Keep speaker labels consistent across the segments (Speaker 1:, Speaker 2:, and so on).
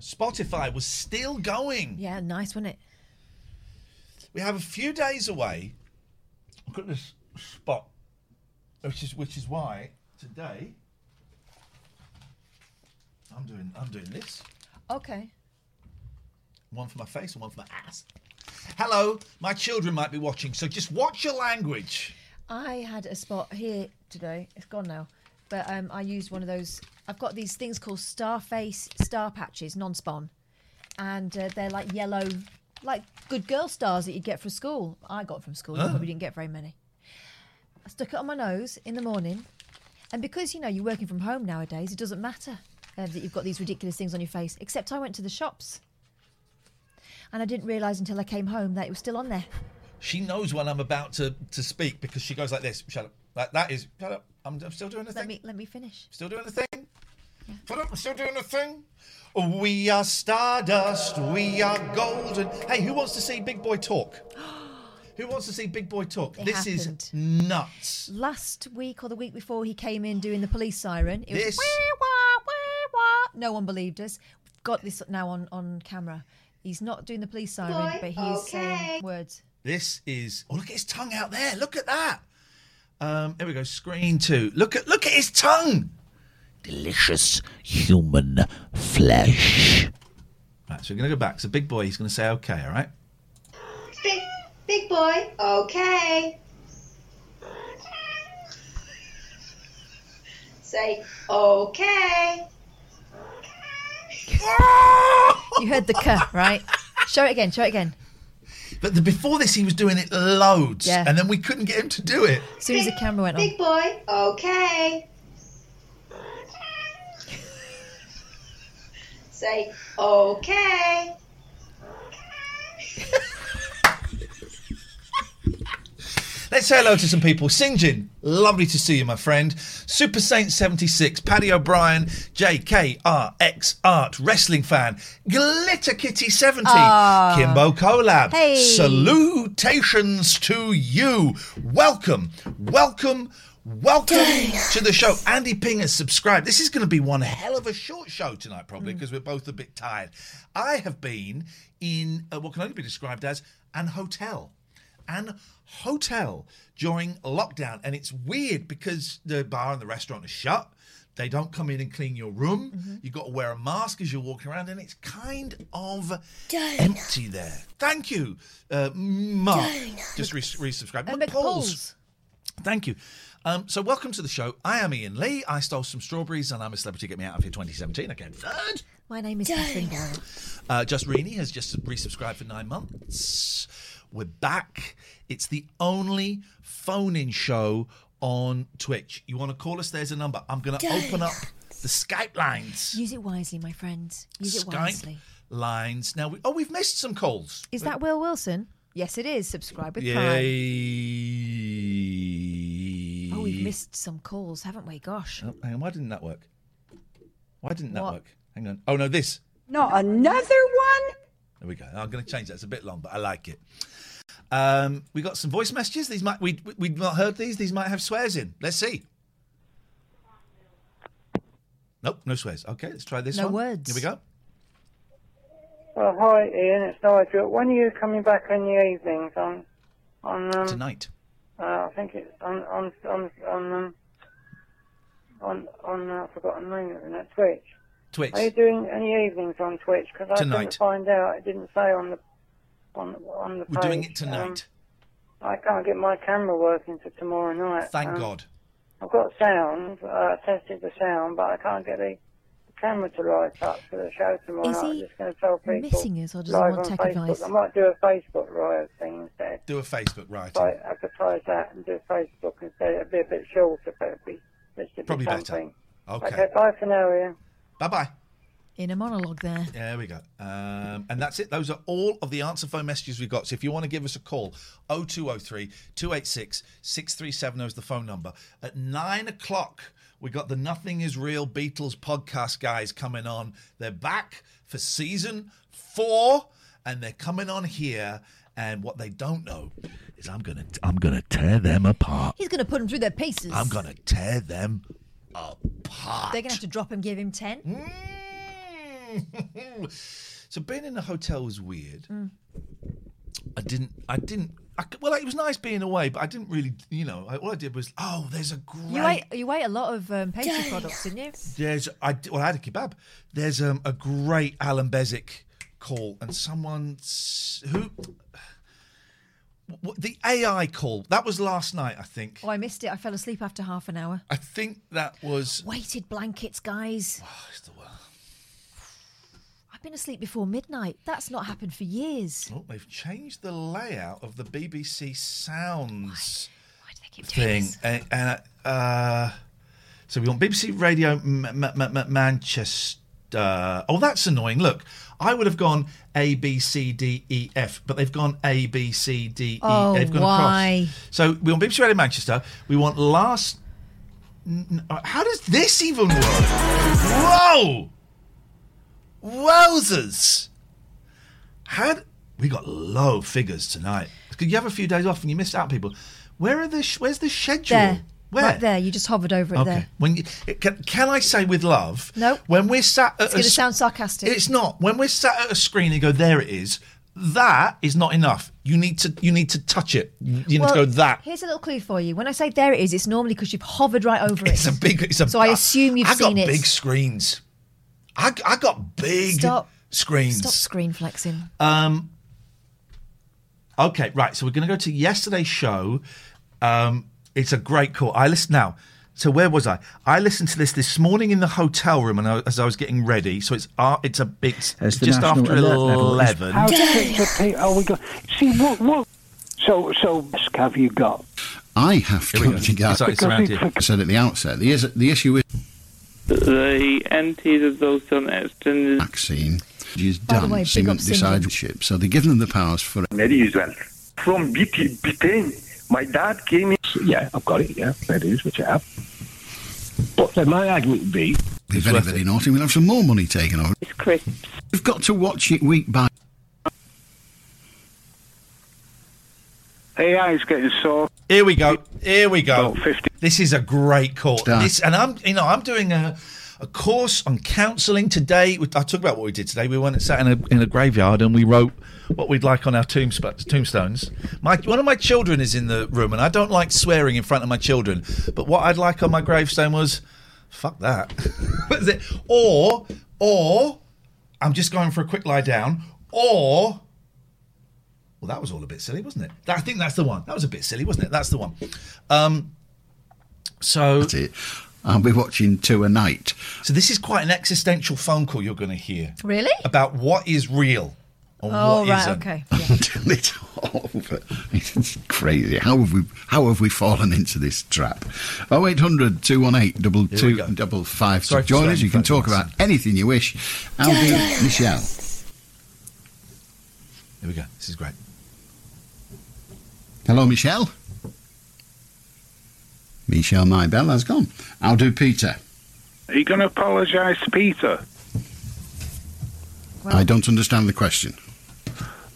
Speaker 1: Spotify was still going.
Speaker 2: Yeah, nice, wasn't it?
Speaker 1: We have a few days away. Look at this spot, which is which is why today I'm doing I'm doing this.
Speaker 2: Okay.
Speaker 1: One for my face and one for my ass. Hello, my children might be watching, so just watch your language.
Speaker 2: I had a spot here today. It's gone now. But um, I used one of those. I've got these things called Starface Star Patches, non spawn. And uh, they're like yellow, like good girl stars that you get from school. I got from school. You probably didn't get very many. I stuck it on my nose in the morning. And because, you know, you're working from home nowadays, it doesn't matter uh, that you've got these ridiculous things on your face. Except I went to the shops. And I didn't realise until I came home that it was still on there.
Speaker 1: She knows when I'm about to, to speak because she goes like this. Shut up. Like that is shut up. I'm, I'm still doing the
Speaker 2: Let
Speaker 1: thing.
Speaker 2: me, let me finish.
Speaker 1: Still doing the thing? Shut up, I'm still doing the thing. We are Stardust, we are golden. Hey, who wants to see Big Boy talk? who wants to see Big Boy talk?
Speaker 2: It
Speaker 1: this
Speaker 2: happened.
Speaker 1: is nuts.
Speaker 2: last week or the week before he came in doing the police siren. It was
Speaker 1: This-
Speaker 2: "Wee, wah, wee, wah." no one believed us. We've got this now on on camera. He's not doing the police siren, but he's saying words.
Speaker 1: This is oh look at his tongue out there. Look at that. Um, here we go, screen two. Look at look at his tongue. Delicious human flesh. Right, so we're gonna go back. So Big Boy, he's gonna say okay, all right?
Speaker 3: Big, big boy. Okay. Say okay.
Speaker 2: You heard the k, right? Show it again. Show it again.
Speaker 1: But the, before this, he was doing it loads,
Speaker 2: Yeah.
Speaker 1: and then we couldn't get him to do it.
Speaker 2: As soon as the camera went on,
Speaker 3: Big boy. Okay. Say okay.
Speaker 1: Let's say hello to some people. Sinjin, lovely to see you, my friend. Super Saint 76, Paddy O'Brien, JKRX Art, Wrestling Fan, Glitter Kitty 70,
Speaker 4: Ah.
Speaker 1: Kimbo Collab.
Speaker 2: Hey.
Speaker 1: Salutations to you. Welcome, welcome, welcome to the show. Andy Ping has subscribed. This is going to be one hell of a short show tonight, probably, because we're both a bit tired. I have been in uh, what can only be described as an hotel and hotel during lockdown. And it's weird because the bar and the restaurant are shut. They don't come in and clean your room. You've got to wear a mask as you're walking around, and it's kind of empty there. Thank you, uh, Mark. Just re- resubscribe.
Speaker 2: and
Speaker 1: McPaul's.
Speaker 2: McPaul's.
Speaker 1: Thank you. Um, so, welcome to the show. I am Ian Lee. I stole some strawberries, and I'm a celebrity. Get me out of here 2017. I came third.
Speaker 2: My name is Catherine Doyle.
Speaker 1: Uh, Just Rini has just resubscribed for nine months. We're back. It's the only phone-in show on Twitch. You want to call us? There's a number. I'm going to open up the Skype lines.
Speaker 2: Use it wisely, my friends. Use it
Speaker 1: Skype
Speaker 2: wisely.
Speaker 1: lines. Now, we, oh, we've missed some calls.
Speaker 2: Is that Will Wilson? Yes, it is. Subscribe with Prime.
Speaker 1: Yay!
Speaker 2: Oh, we've missed some calls, haven't we? Gosh.
Speaker 1: Oh, hang on. Why didn't that work? Why didn't that
Speaker 2: What?
Speaker 1: work? Hang on. Oh no, this.
Speaker 4: Not another one?
Speaker 1: There we go. I'm going to change that. It's a bit long, but I like it. Um, we got some voice messages. These might we we- we've not heard these. These might have swears in. Let's see. Nope, no swears. Okay, let's try this
Speaker 2: No
Speaker 5: one.
Speaker 2: words.
Speaker 1: Here we go.
Speaker 4: Well, hi Ian, it's Nigel. When are you coming back in the evenings on on um,
Speaker 1: Tonight.
Speaker 4: Uh, I think it's on on on on um, on on uh, I've forgotten the name of it now, Twitch.
Speaker 1: Twitch.
Speaker 4: Are you doing any evenings on Twitch? Because I
Speaker 1: Tonight.
Speaker 4: couldn't find out. It didn't say on the on on the.
Speaker 1: We're doing
Speaker 4: page.
Speaker 1: it tonight.
Speaker 4: Um, I can't get my camera working for tomorrow night.
Speaker 1: Thank
Speaker 4: Um,
Speaker 1: God.
Speaker 4: I've got sound. Uh, I tested the sound, but I can't get the, the camera to light up for the show tomorrow.
Speaker 2: Is
Speaker 4: night.
Speaker 2: he
Speaker 4: I'm just going to tell people
Speaker 2: missing us or does he
Speaker 4: live
Speaker 2: want
Speaker 4: on
Speaker 2: tech
Speaker 4: Facebook.
Speaker 2: advice?
Speaker 4: I might do a Facebook live thing instead.
Speaker 1: Do a Facebook writing.
Speaker 4: Like advertise that and do Facebook instead. It'd be a bit shorter, but it'd be, it should
Speaker 1: Probably
Speaker 4: be
Speaker 1: better.
Speaker 4: something.
Speaker 1: Okay.
Speaker 4: bye for now, Ian.
Speaker 1: Bye bye.
Speaker 2: In a monologue there.
Speaker 1: There we go. Um, and that's it. Those are all of the answer phone messages we've got. So if you want to give us a call, 0203 286 6370 is the phone number. At nine o'clock, we got the Nothing Is Real Beatles podcast guys coming on. They're back for season four, and they're coming on here. And what they don't know is I'm gonna I'm gonna tear them apart.
Speaker 2: He's going to put them through their paces.
Speaker 1: I'm gonna tear them apart.
Speaker 2: They're going to have to drop him, give him 10.
Speaker 1: Mm. Hmm. so being in a hotel was weird. I didn't. I didn't. I, c- well, it was nice being away, but I didn't really. You know, I, all I did was, oh, there's a great.
Speaker 2: You ate, you ate a lot of um, pastry products, didn't you?
Speaker 1: There's I d- well I had a kebab. There's um, a great Alan Bezic call and someone s- who w- the AI call that was last night I think.
Speaker 2: Oh, I missed it. I fell asleep after half an hour.
Speaker 1: I think that was
Speaker 2: Weighted blankets, guys.
Speaker 1: Oh, it's the word.
Speaker 2: I've been asleep before midnight. That's not happened for years.
Speaker 1: Oh, they've changed the layout of the BBC Sounds
Speaker 2: Why do they keep doing
Speaker 1: thing,
Speaker 2: this?
Speaker 1: and, and uh, so we want BBC Radio M- M- M- M- Manchester. Oh, that's annoying. Look, I would have gone A B C D E F, but they've gone A B C D E.
Speaker 2: Oh,
Speaker 1: they've gone
Speaker 2: why?
Speaker 1: across. So we want BBC Radio Manchester. We want last. n- n- How does this even work? Whoa! Wowzers! Had we got low figures tonight? Because you have a few days off and you miss out, people. Where are the sh- where's the schedule?
Speaker 2: There.
Speaker 1: Where?
Speaker 2: Right there. You just hovered over it
Speaker 1: Okay.
Speaker 2: there.
Speaker 1: When you, it- can, can I say with love?
Speaker 2: No.
Speaker 1: When we're sat, at
Speaker 2: It's going
Speaker 1: a
Speaker 2: to
Speaker 1: s-
Speaker 2: sound sarcastic.
Speaker 1: Uh, It's not. When we're sat at a screen and go, there it is. That is not enough. You need to you need to touch it. You need to go that.
Speaker 2: Here's a little clue for you. When I say there it is, it's normally because you've hovered right over it.
Speaker 1: It's a big. It's a.
Speaker 2: So I assume you've
Speaker 1: I
Speaker 2: seen
Speaker 1: got
Speaker 2: it.
Speaker 1: big screens. I, I got big
Speaker 2: Stop.
Speaker 1: screens. Um,
Speaker 2: Stop screen flexing.
Speaker 1: Okay, right. So we're going to go to yesterday's show. Um, it's a great call. I listened now. So where was I? I listened to this this morning in the hotel room, and I, as I was getting ready. So it's uh, it's a it's
Speaker 6: As the
Speaker 1: just
Speaker 6: national
Speaker 1: after
Speaker 6: alert level is-
Speaker 1: eleven.
Speaker 6: How sick are people? Oh, we got. See what what. So so risk have you got?
Speaker 7: I have
Speaker 1: Here we go.
Speaker 7: to
Speaker 1: It's,
Speaker 7: get out.
Speaker 1: it's around here.
Speaker 7: said at the outset, the, is, the issue with
Speaker 8: The entities of those done extended
Speaker 7: vaccine is
Speaker 2: By the
Speaker 7: done,
Speaker 2: way, big
Speaker 7: seem
Speaker 2: up
Speaker 7: to decide
Speaker 2: Simon.
Speaker 7: ship. So they give them the powers for
Speaker 6: Very usual. From BT, Britain, my dad came in. Yeah, I've got it. Yeah, that is what you have. But then my argument would be
Speaker 7: be very, very naughty. We'll have some more money taken over.
Speaker 8: crisps.
Speaker 7: We've got to watch it week by.
Speaker 6: AI is getting so
Speaker 1: Here we go. Here we go.
Speaker 6: About 50.
Speaker 1: This is a great call.
Speaker 7: Done.
Speaker 1: This, and I'm, you know, I'm doing a, a course on counselling today. We- I talked about what we did today. We went and sat in a, in a graveyard and we wrote what we'd like on our tombsp- tombstones. My one of my children is in the room, and I don't like swearing in front of my children. But what I'd like on my gravestone was, fuck that. That's it. or, or, I'm just going for a quick lie down. Or. Well, that was all a bit silly, wasn't it? That- I think that's the one. That was a bit silly, wasn't it? That's the one. Um, so,
Speaker 7: it. I'll be watching two a night.
Speaker 1: so this is quite an existential phone call you're going to hear
Speaker 2: Really?
Speaker 1: about what is real and
Speaker 2: Oh,
Speaker 1: what
Speaker 2: right.
Speaker 1: isn't.
Speaker 2: Okay.
Speaker 7: Until it's over. It's crazy. How have we how have we fallen into this trap? Oh, 0800 218 2255
Speaker 1: Sorry
Speaker 7: to
Speaker 1: for
Speaker 7: join us. You can
Speaker 1: strain,
Speaker 7: talk about anything you wish. Aldi Michelle.
Speaker 1: Here we go. This is great.
Speaker 7: Hello, Michelle. Michelle Nybell has gone. I'll do Peter.
Speaker 6: Are you going to apologise to Peter?
Speaker 7: I don't understand the question.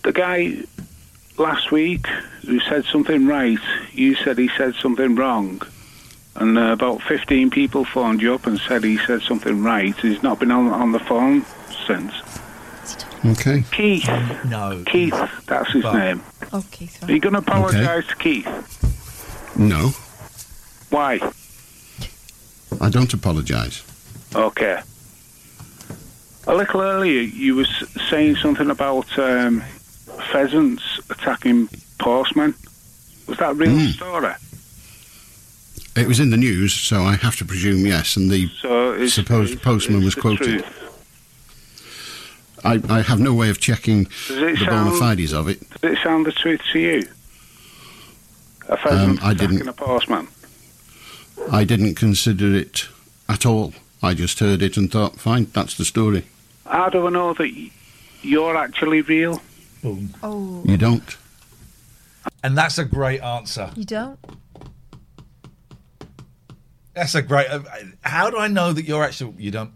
Speaker 9: the guy last week who said something right, you said he said something wrong. And uh, about 15 people phoned you up and said he said something right. He's not been on, on the phone since.
Speaker 7: Okay.
Speaker 9: Keith.
Speaker 1: No.
Speaker 9: Keith, that's his
Speaker 1: Bob.
Speaker 9: name.
Speaker 2: Oh, Keith.
Speaker 9: Are you going to apologise to Keith?
Speaker 7: No,
Speaker 9: Why?
Speaker 7: I don't apologise.
Speaker 9: Okay. A little earlier, you were s- saying something about um, pheasants attacking postmen. Was that a real
Speaker 7: Hmm.
Speaker 9: story?
Speaker 7: It was in the news, so I have to presume yes. And the
Speaker 9: So it's,
Speaker 7: supposed
Speaker 9: it's-
Speaker 7: postman
Speaker 9: it's
Speaker 7: was
Speaker 9: the
Speaker 7: quoted.
Speaker 9: truth.
Speaker 7: I, I have no way of checking
Speaker 9: Does it
Speaker 7: the
Speaker 9: sound-
Speaker 7: bona fides of it.
Speaker 9: Does it sound the truth to you? A
Speaker 7: Um,
Speaker 9: pheasant
Speaker 7: I
Speaker 9: attacking
Speaker 7: didn't.
Speaker 9: a postman.
Speaker 7: I didn't consider it at all. I just heard it and thought, fine, that's the story.
Speaker 9: How do I know that y- you're actually real?
Speaker 1: Boom.
Speaker 2: Oh,
Speaker 7: You don't.
Speaker 1: And that's a great answer.
Speaker 2: you don't?
Speaker 1: That's a great. Uh, how do I know that you're actually? You don't.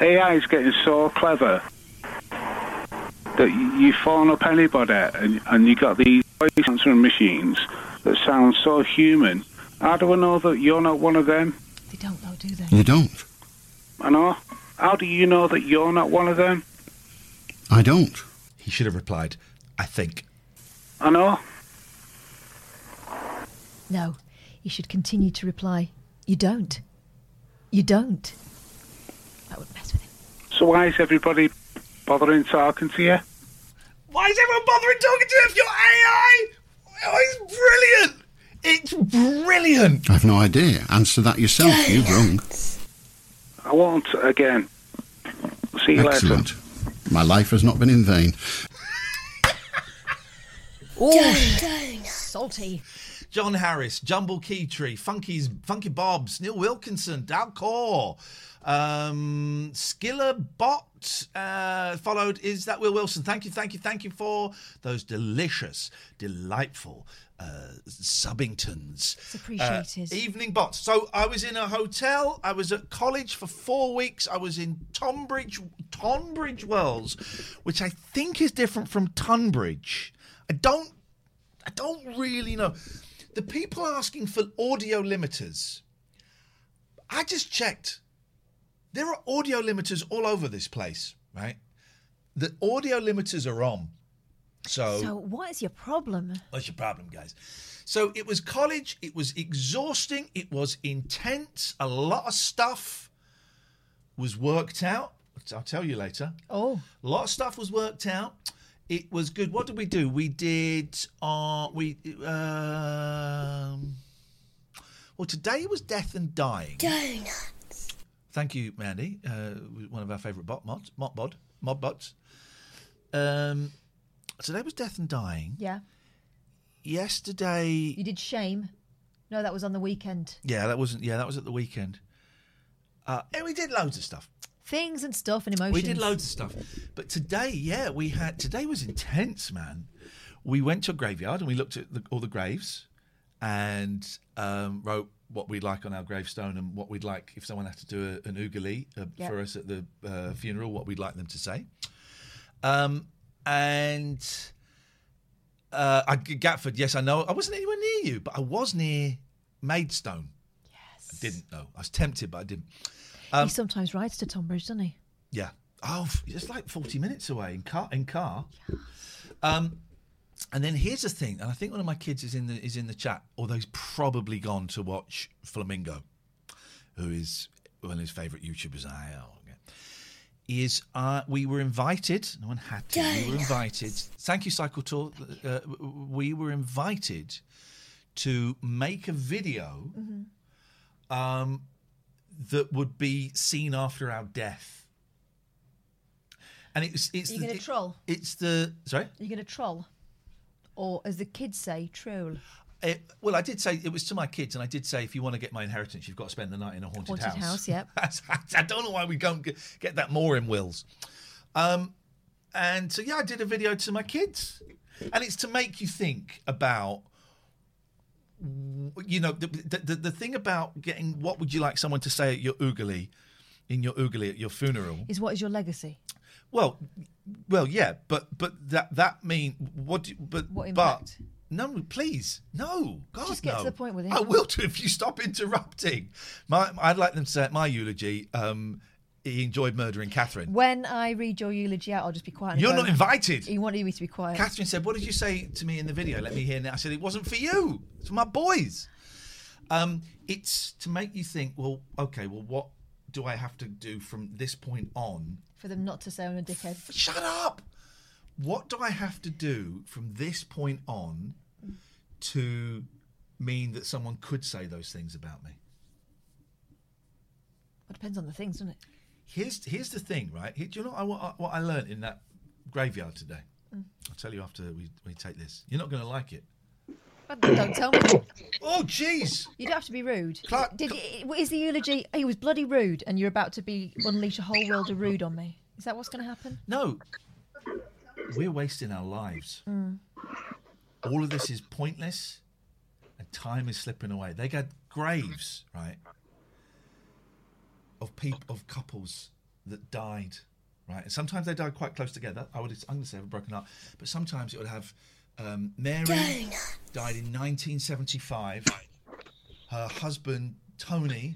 Speaker 9: AI is getting so clever that y- you phone up anybody and, and you got these voice answering machines that sound so human. How do I know that you're not one of them?
Speaker 2: They don't know, do they?
Speaker 7: You don't.
Speaker 9: I know. How do you know that you're not one of them?
Speaker 7: I don't.
Speaker 1: He should have replied. I think.
Speaker 9: I know.
Speaker 2: No. You should continue to reply, you don't. You don't. That would mess with him.
Speaker 9: So why is everybody bothering talking to you?
Speaker 1: Why is everyone bothering talking to you if you're AI? Oh, it's brilliant. It's brilliant.
Speaker 7: I've no idea. Answer that yourself. You're wrong.
Speaker 9: I won't again. See you later.
Speaker 7: Excellent. My life has not been in vain.
Speaker 2: Salty.
Speaker 1: John Harris, Jumble Keytree, Funky's, Funky Bobs, Neil Wilkinson, Dal Core, um, Skiller Bot, uh, followed is that Will Wilson. Thank you, thank you, thank you for those delicious, delightful uh, Subbingtons. It's
Speaker 2: appreciated.
Speaker 1: evening bots. So I was in a hotel. I was at college for four weeks. I was in Tonbridge, Tonbridge Wells, which I think is different from Tunbridge. I don't I don't really know. The people asking for audio limiters, I just checked. There are audio limiters all over this place, right? The audio limiters are on. So,
Speaker 2: So, what is your problem?
Speaker 1: what's your problem, guys? So it was college. It was exhausting. It was intense. A lot of stuff was worked out. I'll tell you later.
Speaker 2: Oh,
Speaker 1: A lot of stuff was worked out. It was good. What did we do? We did. Uh, we. Um, well, today was death and dying. Thank you, Mandy. Uh, one of our favourite bot mods, mod bod, mod bots. Um, today was death and dying.
Speaker 2: yeah.
Speaker 1: Yesterday,
Speaker 2: You did shame. No, that was on the weekend.
Speaker 1: yeah, that wasn't. Yeah, that was at the weekend. Uh, and we did loads of stuff.
Speaker 2: Things and stuff and emotions.
Speaker 1: We did loads of stuff. But today, yeah, we had today was intense, man. We went to a graveyard and we looked at the, all the graves and um, wrote what we'd like on our gravestone and what we'd like if someone had to do a, an oogalee uh,
Speaker 2: Yep.
Speaker 1: for us at the uh, funeral, what we'd like them to say. Um, and uh, I, Gatford, yes, I know. I wasn't anywhere near you, but I was near Maidstone. Yes. I didn't know. I was tempted, but I didn't. Um,
Speaker 2: he sometimes rides to Tonbridge, doesn't he?
Speaker 1: Yeah. Oh, f- it's like 40 minutes away in car. In car. Um, and then here's the thing, and I think one of my kids is in the is in the chat, although he's probably gone to watch Flamingo, who is one of his favourite YouTubers. I okay. is uh, we were invited. No one had to. We were invited. Thank you, Cycle Tour. Uh, w- w- we were invited to make a video
Speaker 2: Mm-hmm.
Speaker 1: um, that would be seen after our death. And it's it's
Speaker 2: Are you gonna
Speaker 1: it-
Speaker 2: troll?
Speaker 1: It's the sorry.
Speaker 2: Are you going to troll? Or, as the kids say, troll.
Speaker 1: It, well, I did say it was to my kids, and I did say if you want to get my inheritance, you've got to spend the night in a haunted,
Speaker 2: Haunted
Speaker 1: house.
Speaker 2: house, yep.
Speaker 1: That's- I don't know why we don't get, get that more in wills. Um, and so yeah, I did a video to my kids, and it's to make you think about, you know, the the, the, the thing about getting what would you like someone to say at your oogly in your oogly at your funeral.
Speaker 2: Is what is your legacy?
Speaker 1: Well, well, yeah, but but that that mean what? do- But
Speaker 2: What
Speaker 1: but no, please, no, God,
Speaker 2: Just get to
Speaker 1: no.
Speaker 2: the point with it.
Speaker 1: I will do if you stop interrupting. My, I'd like them to say at my eulogy. Um, he enjoyed murdering Catherine.
Speaker 2: When I read your eulogy out, I'll just be quiet. and
Speaker 1: You're
Speaker 2: go-
Speaker 1: not invited.
Speaker 2: You wanted me to be quiet.
Speaker 1: Catherine said, "What did you say to me in the video? Let me hear now." I said, "It wasn't for you. It's for my boys." Um, it's to make you think. Well, okay. Well, what do I have to do from this point on
Speaker 2: for them not to say I'm a dickhead.
Speaker 1: Shut up! what do I have to do from this point on to mean that someone could say those things about me?
Speaker 2: It depends on the things, doesn't it?
Speaker 1: Here's here's the thing, right? Here- do you know what I, what, I learned in that graveyard today?
Speaker 2: Mm.
Speaker 1: I'll tell you after we, we take this. You're not going to like it.
Speaker 2: But don't tell me.
Speaker 1: Oh, jeez!
Speaker 2: You don't have to be rude.
Speaker 1: Clark-
Speaker 2: Did is the eulogy? He was bloody rude, and you're about to be unleash a whole world of rude on me. Is that what's going to happen?
Speaker 1: No, we're wasting our lives.
Speaker 2: Mm.
Speaker 1: all of this is pointless and time is slipping away. They got graves, right, of people of couples that died, right, and sometimes they died quite close together. I would, I'm going to say, have a broken heart, but sometimes it would have um, Mary died in 1975. Her husband Tony,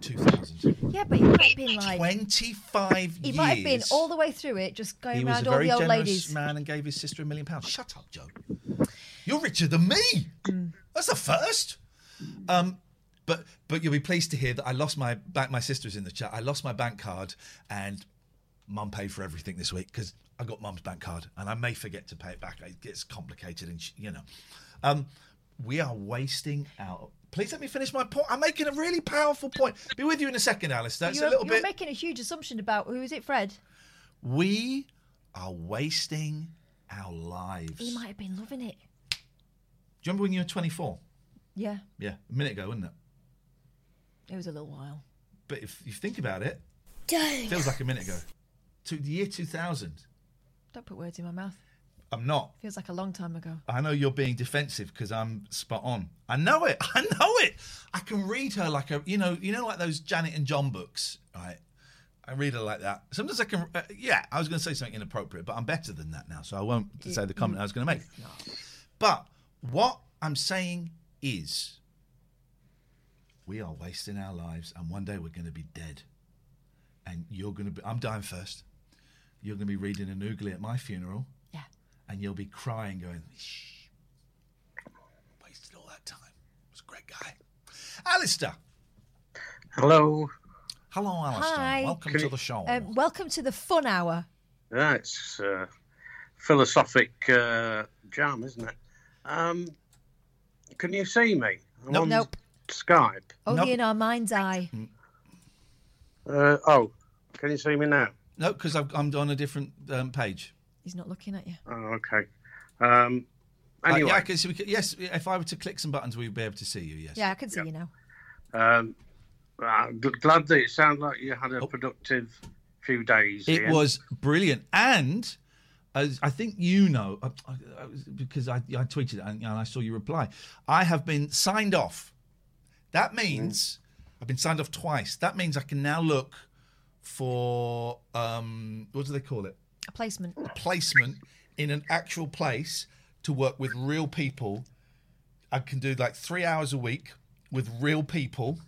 Speaker 1: 2000.
Speaker 2: Yeah, but he might have been like
Speaker 1: 25
Speaker 2: He might have been
Speaker 1: years.
Speaker 2: all the way through it, just
Speaker 1: he
Speaker 2: going
Speaker 1: was
Speaker 2: around
Speaker 1: a
Speaker 2: all
Speaker 1: very
Speaker 2: the old
Speaker 1: generous
Speaker 2: ladies.
Speaker 1: man and gave his sister a million pounds. Shut up, Joe. You're richer than me.
Speaker 2: Mm.
Speaker 1: That's the first. Um, but but you'll be pleased to hear that I lost my bank. My sister's in the chat. I lost my bank card, and Mum paid for everything this week because I got Mum's bank card, and I may forget to pay it back. It gets complicated, and sh you know, um, we are wasting our. Please let me finish my point. I'm making a really powerful point. Be with you in a second, Alistair. It's
Speaker 2: you're,
Speaker 1: a little
Speaker 2: you're
Speaker 1: bit.
Speaker 2: making a huge assumption about who is it, Fred?
Speaker 1: We are wasting our lives.
Speaker 2: He might have been loving it.
Speaker 1: Do you remember when you were 24?
Speaker 2: Yeah,
Speaker 1: Yeah, a minute ago, wasn't it?
Speaker 2: it was a little while.
Speaker 1: But if you think about it,
Speaker 2: Don't.
Speaker 1: feels like a minute ago. To the year 2000.
Speaker 2: Don't put words in my mouth.
Speaker 1: I'm not.
Speaker 2: Feels like a long time ago.
Speaker 1: I know you're being defensive because I'm spot on. I know it. I know it. I can read her like a, you know, you know, like those Janet and John books, right? I read her like that. Sometimes I can, uh, yeah. I was going to say something inappropriate, but I'm better than that now, so I won't
Speaker 6: You-
Speaker 1: say the comment
Speaker 6: you-
Speaker 1: I was going to make. But what I'm saying is, we are wasting our lives, and one day we're going to be dead. And you're going to be, I'm dying first. You're going to be reading an oogly at my funeral.
Speaker 2: Yeah.
Speaker 1: And you'll be crying, going, shh, wasted all that time. Was a great guy. Alistair.
Speaker 10: Hello.
Speaker 1: Hello, Alistair.
Speaker 2: Hi.
Speaker 1: Welcome to the show.
Speaker 2: Um, welcome to the fun hour.
Speaker 10: Yeah, it's uh, philosophic uh, jam, isn't it? Um, can you see me? I'm
Speaker 2: Nope.
Speaker 10: on
Speaker 2: Nope. Oh,
Speaker 10: Skype.
Speaker 2: Only in our mind's eye.
Speaker 10: Uh, oh, can you see me now?
Speaker 1: No, because I'm on a different um, page.
Speaker 2: He's not looking at you.
Speaker 10: Oh, okay. Um,
Speaker 1: Uh,
Speaker 10: anyway,
Speaker 1: yeah, 'cause we could- yes, if I were to click some buttons, we'd be able to see you, yes.
Speaker 2: Yeah, I can see you now.
Speaker 10: um, I'm g- glad that it sounded like you had a productive few days.
Speaker 1: Oh. It
Speaker 10: Ian.
Speaker 1: was brilliant. And as I think you know, uh, I, I, I, because I, I tweeted it and, and I saw your reply, I have been signed off. That means I've been signed off twice. That means I can now look for, um, what do they call it?
Speaker 2: A placement.
Speaker 1: placement in an actual place to work with real people. I can do like three hours a week with real people,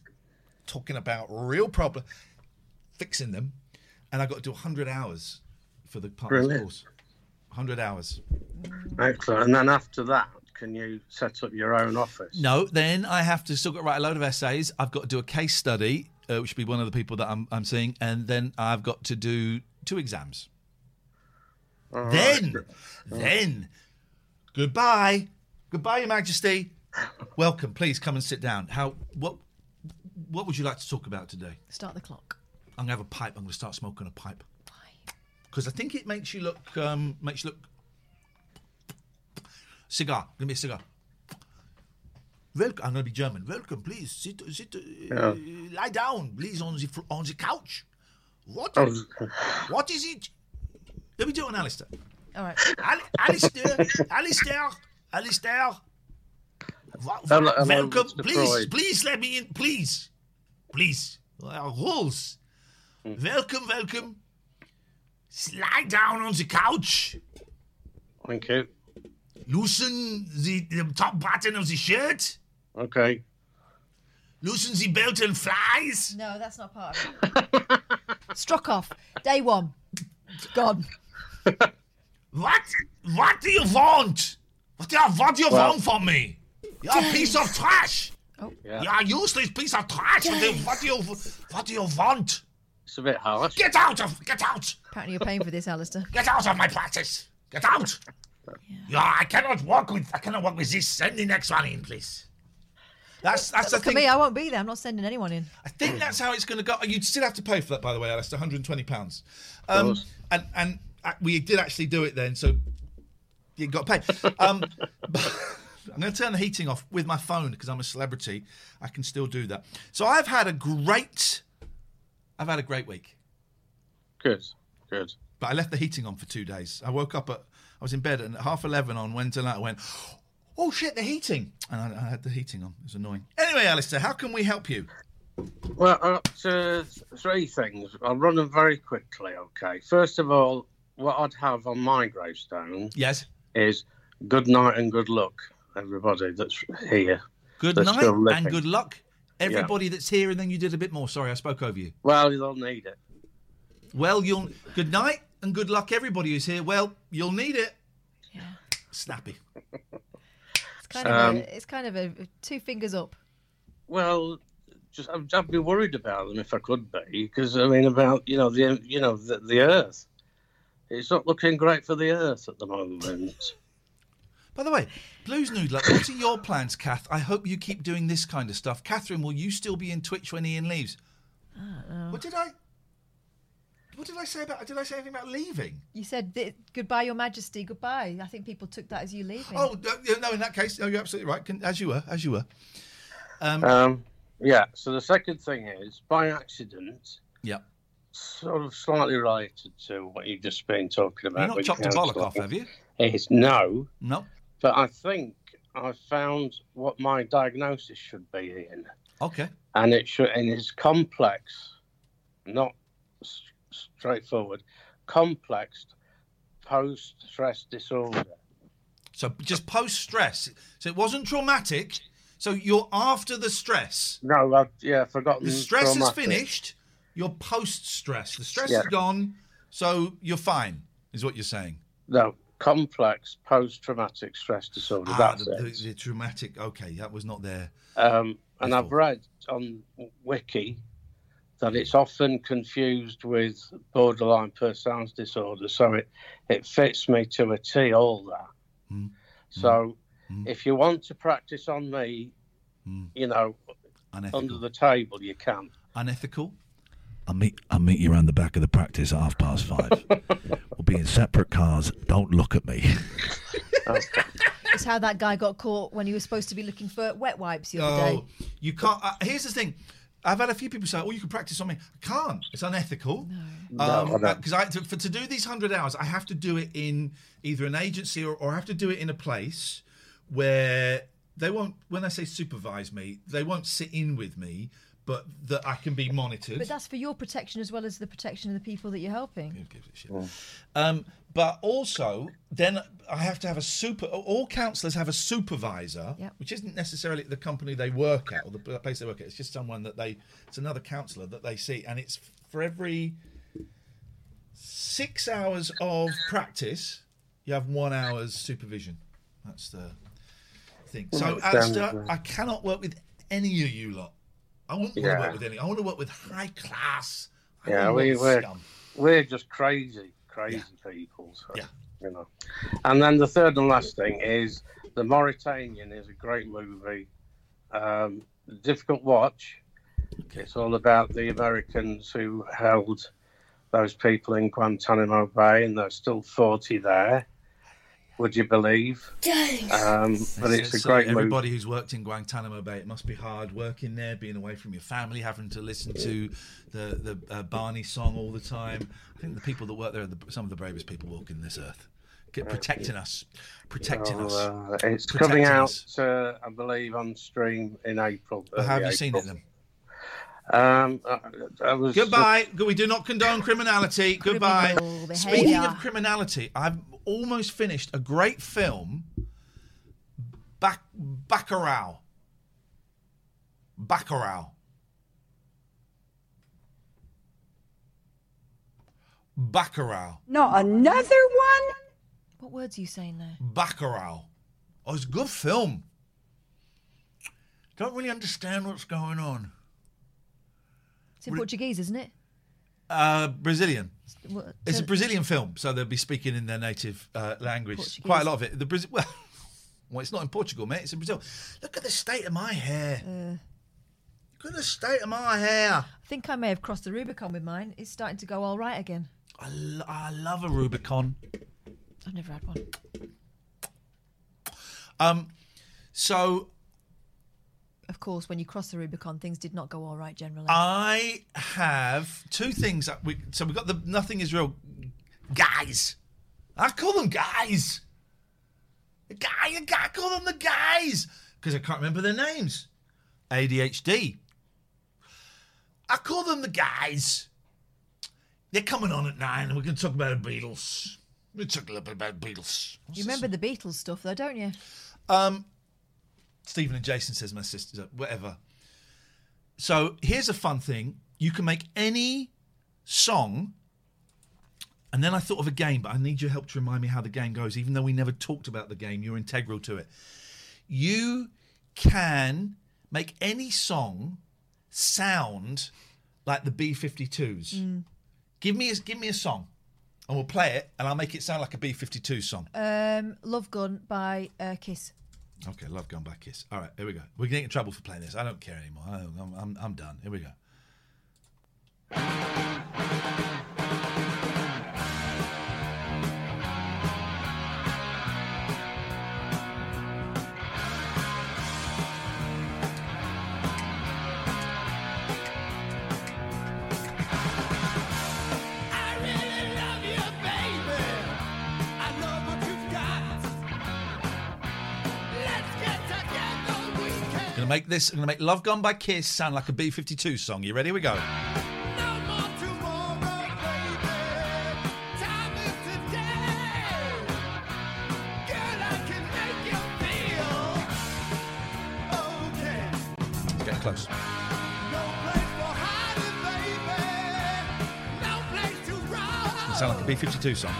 Speaker 1: talking about real problem, fixing them, and I got to do hundred hours for the partners
Speaker 10: Brilliant.
Speaker 1: course. Hundred hours.
Speaker 10: excellent. And then after that, can you set up your own office?
Speaker 1: No, then I have to still got to write a load of essays. I've got to do a case study, uh, which would be one of the people that I'm, I'm seeing, and then I've got to do two exams.
Speaker 10: All
Speaker 1: then,
Speaker 10: right.
Speaker 1: then, goodbye, goodbye, Your Majesty. Welcome, please come and sit down. How what what would you like to talk about today?
Speaker 2: Start the clock.
Speaker 1: I'm gonna have a pipe. I'm gonna start smoking a pipe. Because I think it makes you look um, makes you look cigar. Give me a cigar. Welcome. I'm gonna be German. Welcome, please sit sit. Uh,
Speaker 10: Yeah.
Speaker 1: Lie down, please on the fl- on the couch. What?
Speaker 10: I was-
Speaker 1: What is it? Let me do it on Alistair.
Speaker 2: All right.
Speaker 1: Al- Alistair, Alistair, Alistair. Wa- wa-
Speaker 10: Hello, hello,
Speaker 1: welcome,
Speaker 10: Mr.
Speaker 1: please,
Speaker 10: Freud.
Speaker 1: please let me in, please, please. our rules.
Speaker 10: Hmm.
Speaker 1: Welcome, welcome. Slide down on the couch.
Speaker 10: Thank you.
Speaker 1: Loosen the, the top button of the shirt.
Speaker 10: Okay.
Speaker 1: Loosen the belt and flies.
Speaker 2: No, that's not part of it. Struck off. Day one. Gone.
Speaker 1: What? What do you want? What do you, what do you
Speaker 10: Well-
Speaker 1: want from me? You're a piece of trash.
Speaker 2: Oh.
Speaker 10: Yeah.
Speaker 1: You're a useless piece of trash. What do, you- what do you What do you want?
Speaker 10: It's a bit harsh.
Speaker 1: Get out of Get out.
Speaker 2: Apparently you're paying for this, Alistair.
Speaker 1: Get out of my practice. Get out. Yeah, I cannot work with. I cannot work with this. Send the next one in, please. That's that's the
Speaker 2: Look at
Speaker 1: thing.
Speaker 2: me, I won't be there. I'm not sending anyone in.
Speaker 1: I think that's how it's going to go. You'd still have to pay for that, by the way, Alistair. 120 pounds.
Speaker 10: Of
Speaker 1: Um,
Speaker 10: course.
Speaker 1: and and uh, we did actually do it then, so you got to pay. Um, but I'm going to turn the heating off with my phone because I'm a celebrity. I can still do that. So I've had a great, I've had a great week.
Speaker 10: Good, good.
Speaker 1: But I left the heating on for two days. I woke up at, I was in bed and at half eleven on Wednesday night. I went, oh shit, the heating, and I, I had the heating on. It was annoying. Anyway, Alistair, how can we help you?
Speaker 10: Well, I've got uh, three things. I'll run them very quickly, okay? First of all, what I'd have on my gravestone
Speaker 1: Yes.
Speaker 10: is good night and good luck, everybody that's here.
Speaker 1: Good
Speaker 10: that's
Speaker 1: night
Speaker 10: still
Speaker 1: and
Speaker 10: living.
Speaker 1: good luck, everybody that's here. And then you did a bit more. Sorry, I spoke over you.
Speaker 10: Well, they'll need it.
Speaker 1: Well, you'll good night and good luck, everybody who's here. Well, you'll need it. Snappy.
Speaker 2: It's kind
Speaker 10: Um,
Speaker 2: of a, it's kind of a two fingers up.
Speaker 10: Well, just I'd, I'd be worried about them if I could be, because I mean about you know the you know the, the Earth. It's not looking great for the Earth at the moment.
Speaker 1: By the way, Blues Noodler, what are your plans, Kath? I hope you keep doing this kind of stuff. Catherine, will you still be in Twitch when Ian leaves? What did I? What did I say about? Did I say anything about leaving?
Speaker 2: You said th- goodbye, Your Majesty. Goodbye. I think people took that as you leaving.
Speaker 1: Oh no, yeah, no, in that case, no, you're absolutely right. Can, as you were, as you were. Um,
Speaker 10: Um, yeah. So the second thing is, by accident,
Speaker 1: yeah.
Speaker 10: sort of slightly related to what you've just been talking about.
Speaker 1: You're not
Speaker 10: with
Speaker 1: chopped a bollock
Speaker 10: counselling.
Speaker 1: off, have you?
Speaker 10: It's no,
Speaker 1: No.
Speaker 10: but I think I found what my diagnosis should be in,
Speaker 1: Okay.
Speaker 10: and it should and it's complex, not s- straightforward. Complex post-stress disorder.
Speaker 1: So just post stress. So it wasn't traumatic. So you're after the stress.
Speaker 10: No, I've, yeah, I've
Speaker 11: Oh,
Speaker 10: forgotten.
Speaker 1: The stress is
Speaker 10: traumatic.
Speaker 1: finished. You're post stress. The stress
Speaker 10: Yeah.
Speaker 1: is gone. So you're fine, is what you're saying.
Speaker 10: No, complex post-traumatic stress disorder.
Speaker 1: Ah,
Speaker 10: that's
Speaker 1: the,
Speaker 10: it.
Speaker 1: the- the traumatic. Okay, that was not there.
Speaker 10: Um, and
Speaker 1: Before.
Speaker 10: I've read on Wiki that it's often confused with borderline personality disorder, so it, it fits me to a T, all that.
Speaker 1: Mm.
Speaker 10: So if you want to practice on me, you know,
Speaker 1: Mm. Unethical.
Speaker 10: under the table, you can.
Speaker 1: Unethical.
Speaker 11: I'll meet, I'll meet you around the back of the practice at half past five. we'll be in separate cars. Don't look at me.
Speaker 2: It's how that guy got caught when he was supposed to be looking for wet wipes the other day.
Speaker 1: Oh, you can't. Uh, here's the thing. I've had a few people say, "Oh, you can practice on me." I can't. It's unethical.
Speaker 10: No. No, I
Speaker 1: Because
Speaker 10: know.
Speaker 1: I, to, for to do these hundred hours, I have to do it in either an agency or, or I have to do it in a place where they won't. When I say supervise me, they won't sit in with me, but that I can be monitored.
Speaker 2: But that's for your protection as well as the protection of the people that you're helping.
Speaker 10: Mm.
Speaker 1: Um, but also, then I have to have a super. All counsellors have a supervisor, which isn't necessarily the company they work at or the place they work at. It's just someone that they. It's another counsellor that they see, and it's for every six hours of practice, you have one hour's supervision. That's the thing.
Speaker 10: Well,
Speaker 1: So,
Speaker 10: Mm, that sounds
Speaker 1: Alistair,
Speaker 10: right.
Speaker 1: I cannot work with any of you lot. I wouldn't want to
Speaker 10: Yeah.
Speaker 1: work with any. I want to work with high class. I
Speaker 10: Yeah,
Speaker 1: don't want
Speaker 10: we, we're,
Speaker 1: scum.
Speaker 10: we're just crazy, crazy people. So, yeah. You know. And then the third and last thing is The Mauritanian is a great movie. Um, difficult watch. It's all about the Americans who held those people in Guantanamo Bay, and there's still 40 there. Would you believe? Um, but
Speaker 1: They
Speaker 10: it's
Speaker 1: said
Speaker 10: a
Speaker 1: so,
Speaker 10: great movie.
Speaker 1: Everybody who's worked in Guantanamo Bay, it must be hard working there, being away from your family, having to listen to the the uh, Barney song all the time. I think the people that work there are the, some of the bravest people walking this earth, Get, protecting us, protecting
Speaker 10: So,
Speaker 1: us.
Speaker 10: uh, it's
Speaker 1: protecting
Speaker 10: coming out,
Speaker 1: us.
Speaker 10: uh, I believe, on stream in April.
Speaker 1: Well,
Speaker 10: early
Speaker 1: how have you seen it
Speaker 10: April.
Speaker 1: then?
Speaker 10: Um, I, I was
Speaker 1: Goodbye. We do not condone criminality. Goodbye.
Speaker 10: Criminal
Speaker 1: Speaking
Speaker 10: behaviour.
Speaker 1: of criminality, I've almost finished a great film, Bac- Baccarat. Baccarat. Baccarat.
Speaker 2: Not another one. What words are you saying there?
Speaker 1: Baccarat. Oh, it's a good film. Don't really understand what's going on.
Speaker 2: It's in Portuguese, isn't it?
Speaker 1: Uh, Brazilian.
Speaker 2: What-
Speaker 1: It's a
Speaker 2: so-
Speaker 1: Brazilian film, so they'll be speaking in their native uh, language.
Speaker 2: Portuguese.
Speaker 1: Quite a lot of it. The Brazil. Well, well, it's not in Portugal, mate. It's in Brazil. Look at the state of my hair. Look at the state of my hair.
Speaker 2: Uh, I think I may have crossed the Rubicon with mine. It's starting to go all right again.
Speaker 1: I, lo- I love a Rubicon.
Speaker 2: I've never had one.
Speaker 1: Um, so
Speaker 2: Of course, when you cross the Rubicon, things did not go all right generally.
Speaker 1: I have two things. That we, so we've got the nothing is real guys. I call them guys. The guy, the guy, I call them the guys because I can't remember their names. ADHD. I call them the guys. They're coming on at nine, and we're going to talk about the Beatles. We talk a little bit about the Beatles.
Speaker 2: you remember the Beatles stuff, though, don't you?
Speaker 1: Um, Stephen and Jason says my sister's up, whatever. So here's a fun thing: you can make any song. And then I thought of a game, but I need your help to remind me how the game goes. Even though we never talked about the game, you're integral to it. You can make any song sound like the B52s. Give me a, give me a song, and we'll play it, and I'll make it sound like a B52 song.
Speaker 2: Um, Love Gun by uh, Kiss.
Speaker 1: Okay, love gone by kiss. All right, here we go. We're getting in trouble for playing this. I don't care anymore. I, I'm, I'm, I'm done. Here we go. I'm gonna make this. I'm gonna make "Love Gone by Kiss" sound like a B52 song. You ready? Here we go. Let's Get close. It sound like a B52 song.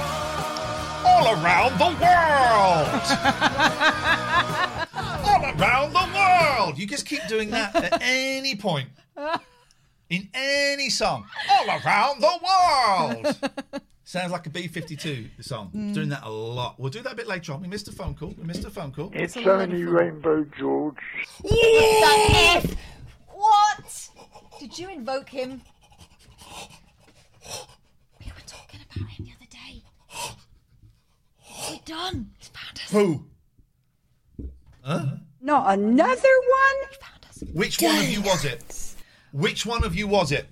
Speaker 1: All around the world. All around the world. You just keep doing that at any point in any song. All around the world. Sounds like a B52 song.
Speaker 12: Mm.
Speaker 1: Doing that a lot. We'll do that a bit later on. We missed a phone call. We missed a phone call.
Speaker 12: It's only Rainbow George.
Speaker 2: What the F? What? Did you invoke him?
Speaker 13: We were talking about him the other day. We're done. He's found us.
Speaker 1: Who? Huh?
Speaker 13: Not another one.
Speaker 1: Which one of you was it? Which one of you was it?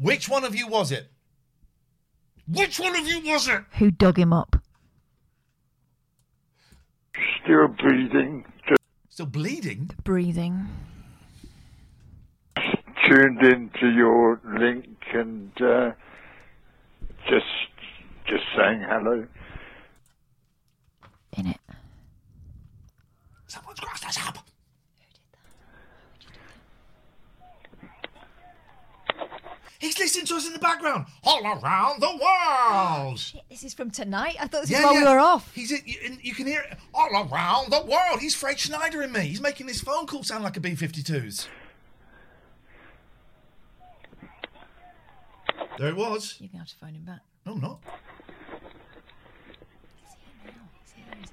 Speaker 1: Which one of you was it? Which one of you was it?
Speaker 2: Who dug him up?
Speaker 12: Still breathing. Just
Speaker 1: Still bleeding?
Speaker 13: Breathing.
Speaker 12: tuned into your link and uh, just just saying hello.
Speaker 13: In it.
Speaker 1: Someone's crossed us up. He's listening to us in the background. All around the world.
Speaker 2: Oh, Shit, this is from tonight. I thought this was while we were off.
Speaker 1: He's it, you, and you can hear it all around the world. He's Fred Schneider in me. He's making this phone call sound like a B-52s. There it was.
Speaker 2: You're going to have to phone him back.
Speaker 1: No, I'm not.
Speaker 2: He's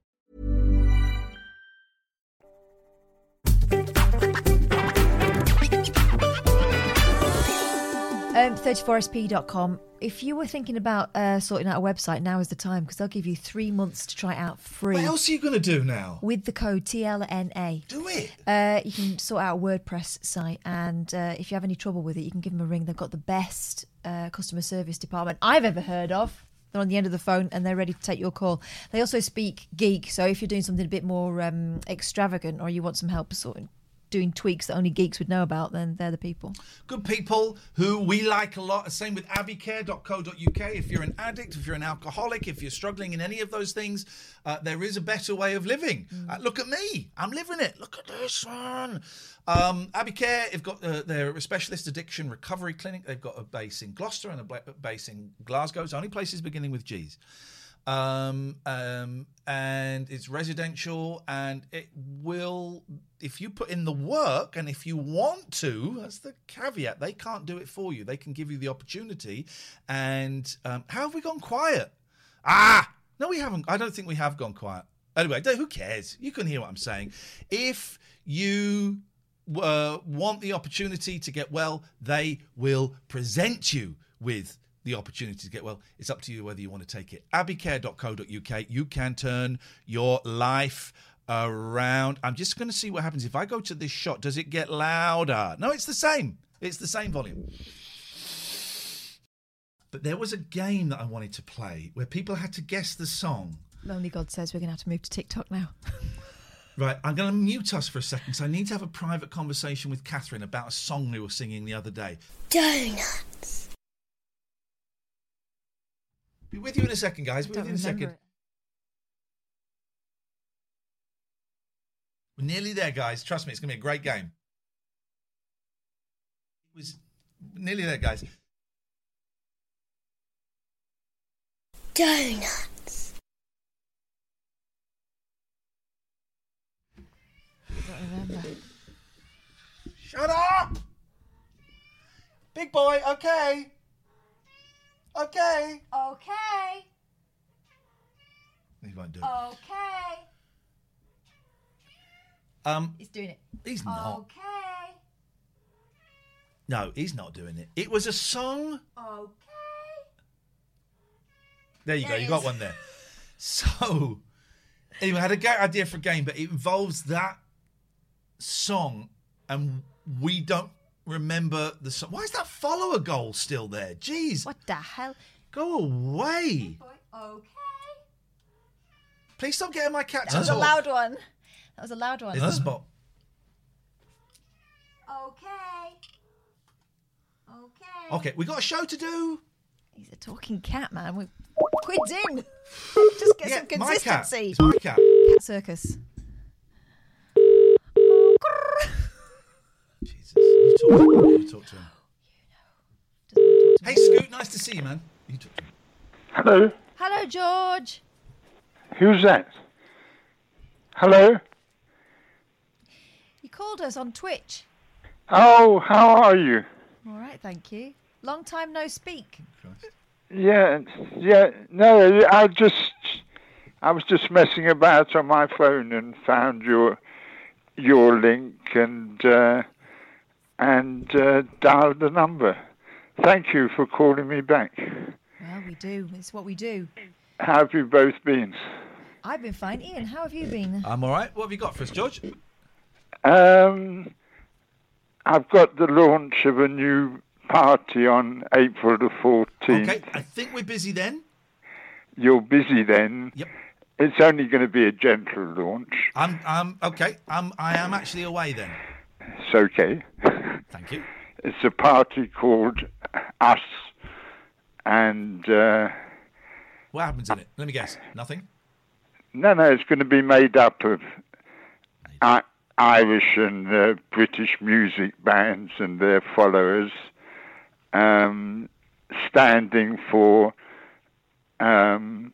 Speaker 2: Um, 34sp.com. If you were thinking about uh, sorting out a website, now is the time because they'll give you three months to try it out free.
Speaker 1: What else are you going to do now?
Speaker 2: With the code TLNA.
Speaker 1: Do it.
Speaker 2: Uh, you can sort out a WordPress site, and uh, if you have any trouble with it, you can give them a ring. They've got the best uh, customer service department I've ever heard of. They're on the end of the phone and they're ready to take your call. They also speak geek, so if you're doing something a bit more um, extravagant or you want some help sorting, doing tweaks that only geeks would know about, then they're the people.
Speaker 1: Good people who we like a lot. Same with abbycare.co.uk. If you're an addict, if you're an alcoholic, if you're struggling in any of those things, uh, there is a better way of living. Uh, look at me. I'm living it. Look at this one. Um, Abbycare, they've got uh, their specialist addiction recovery clinic. They've got a base in Gloucester and a bla- base in Glasgow. It's the only places beginning with G's. Um, um, and it's residential and it will if you put in the work and if you want to, that's the caveat. They can't do it for you. They can give you the opportunity. And um, how have we gone quiet? Ah, no, we haven't. I don't think we have gone quiet. Anyway, who cares? You can hear what I'm saying. If you uh, want the opportunity to get well, they will present you with the opportunity to get well. It's up to you whether you want to take it. Abbycare.co.uk. You can turn your life around. I'm just going to see what happens. If I go to this shot, does it get louder? No, it's the same. It's the same volume. But there was a game that I wanted to play where people had to guess the song.
Speaker 2: Lonely God says we're going to have to move to TikTok now.
Speaker 1: Right, I'm going to mute us for a second because I need to have a private conversation with Catherine about a song we were singing the other day.
Speaker 13: Donuts.
Speaker 1: Be with you in a second, guys. Be
Speaker 2: Don't
Speaker 1: with you in a
Speaker 2: remember
Speaker 1: second.
Speaker 2: it.
Speaker 1: We're nearly there, guys. Trust me, it's going to be a great game. It was nearly there, guys.
Speaker 13: Donuts.
Speaker 1: Shut up! Big boy, okay. Okay.
Speaker 3: Okay.
Speaker 1: He won't do
Speaker 2: Oh,
Speaker 1: it.
Speaker 3: Okay.
Speaker 1: Um,
Speaker 2: He's doing it.
Speaker 1: He's not.
Speaker 3: Okay.
Speaker 1: No, he's not doing it. It was a song.
Speaker 3: Okay.
Speaker 1: There you
Speaker 3: There
Speaker 1: go.
Speaker 3: it
Speaker 1: You got
Speaker 3: is.
Speaker 1: one there. So, anyway, I had a great idea for a game, but it involves that song, and we don't remember the song. Why is that follower goal still there? Jeez.
Speaker 2: What the hell?
Speaker 1: Go away.
Speaker 2: Okay.
Speaker 1: Please stop getting my cat
Speaker 2: That was a loud one. That was a loud one.
Speaker 1: Is the spot?
Speaker 2: Okay. Okay.
Speaker 1: Okay, we got a show to do.
Speaker 2: He's a talking cat, man. We quids in. Just get some
Speaker 1: my cat.
Speaker 2: consistency.
Speaker 1: It's my cat.
Speaker 2: Cat circus.
Speaker 1: You talk to him. You talk to him. Hey, Scoot. Nice to see you, man. You talk to him.
Speaker 12: Hello?
Speaker 2: Hello, George.
Speaker 12: Who's that? Hello?
Speaker 2: You called us on Twitch.
Speaker 12: Oh, how are you?
Speaker 2: All right, thank you. Long time no speak.
Speaker 12: Yeah, yeah. No, I just, I was just messing about on my phone and found your your link and uh, and uh, dialed the number. Thank you for calling me back.
Speaker 2: Well, we do. It's what we do.
Speaker 12: How have you both been?
Speaker 2: I've been fine. Ian, how have you been?
Speaker 1: I'm all right. What have you got for us, George?
Speaker 12: Um, I've got the launch of a new party on April the 14th.
Speaker 1: Okay, I think we're busy then.
Speaker 12: You're busy then.
Speaker 1: Yep.
Speaker 12: It's only going to be a gentle launch.
Speaker 1: I'm, I'm okay. I'm, I am actually away then.
Speaker 12: It's okay.
Speaker 1: Thank you.
Speaker 12: It's a party called Us, and uh,
Speaker 1: What happens in it? Let me guess. Nothing.
Speaker 12: no, no, it's going to be made up of I- Irish and uh, British music bands and their followers, um, standing for. Um,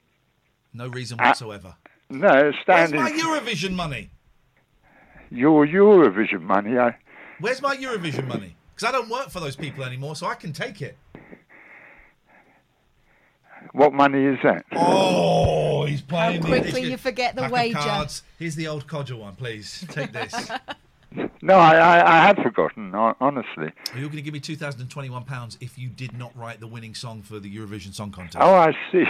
Speaker 1: No reason
Speaker 12: Ah.
Speaker 1: whatsoever.
Speaker 12: no,
Speaker 1: Where's
Speaker 12: standing
Speaker 1: my Eurovision money?
Speaker 12: your Eurovision money. I,
Speaker 1: Where's my Eurovision money? Because I don't work for those people anymore, so I can take it.
Speaker 12: what money is that?
Speaker 1: Oh, he's playing. the-
Speaker 2: quickly
Speaker 1: he's-
Speaker 2: you forget the
Speaker 1: pack of
Speaker 2: wager.
Speaker 1: cards. Here's the old codger one, please. Take this. Are
Speaker 12: No, I, I, I had forgotten. hon- Honestly.
Speaker 1: you going to give me two thousand and twenty-one pounds if you did not write the winning song for the Eurovision Song Contest?
Speaker 12: Oh, I see.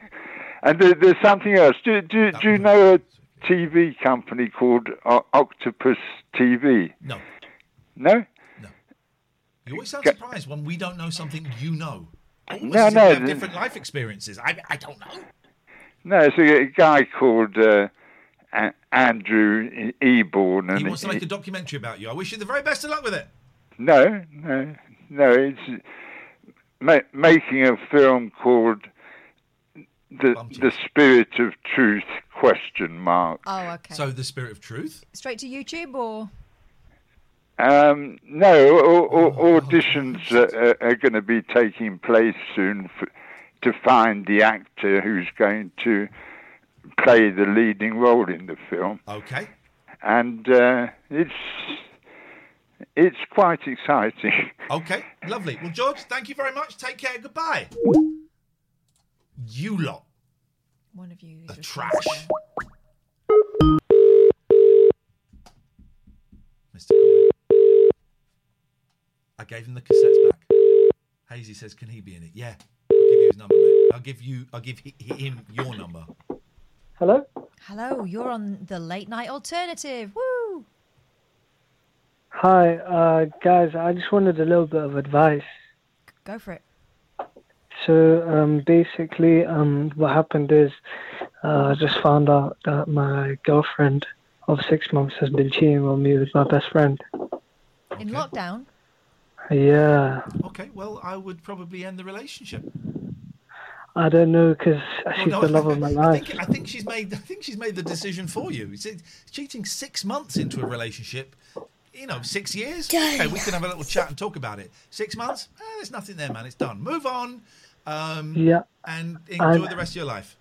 Speaker 12: and there, there's something else. Do, do, do you know a TV company called uh, Octopus TV?
Speaker 1: No.
Speaker 12: No?
Speaker 1: You always sound surprised when we don't know something you know. Almost
Speaker 12: No,
Speaker 1: as if
Speaker 12: no,
Speaker 1: we have
Speaker 12: the-
Speaker 1: different life experiences. I, I don't know.
Speaker 12: No, it's a, a guy called uh, a- Andrew E- Eborn. And
Speaker 1: He wants to make
Speaker 12: he-
Speaker 1: a documentary about you. I wish you the very best of luck with it.
Speaker 12: No, no, no. It's ma- making a film called the the Spirit of Truth? Question mark.
Speaker 2: Oh, okay.
Speaker 1: So the spirit of truth.
Speaker 2: Straight to YouTube or?
Speaker 12: Um, no, au- au- auditions are, are going to be taking place soon for, to find the actor who's going to play the leading role in the film,
Speaker 1: Okay.
Speaker 12: and uh, it's it's quite exciting.
Speaker 1: Okay. Lovely. Well, George, thank you very much. Take care. Goodbye. You lot.
Speaker 2: One of you.
Speaker 1: are trash. Mr. Corbyn. I gave him the cassettes back. Hazy says, "Can he be in it?" Yeah. I'll give you his number, mate. I'll give you. I'll give hi- hi- him your number.
Speaker 2: Hello? Hello, you're on the late night alternative. Woo!
Speaker 14: Hi, uh, guys. I just wanted a little bit of advice.
Speaker 2: Go for it.
Speaker 14: So um, basically, um, what happened is uh, I just found out that my girlfriend of six months has been cheating on me with my best friend.
Speaker 2: In lockdown?
Speaker 14: Yeah,
Speaker 1: Okay. Well, I would probably end the relationship.
Speaker 14: I don't know because she's
Speaker 1: no,
Speaker 14: the love of my
Speaker 1: I
Speaker 14: life.
Speaker 1: think, I think she's made. I think she's made the decision for you. It's it- cheating six months into a relationship. You know, six years. Okay, we can have a little chat and talk about it. Six months. Eh, there's nothing there, man. It's done. Move on. Um,
Speaker 14: Yeah.
Speaker 1: And enjoy
Speaker 14: I'm-
Speaker 1: the rest of your life.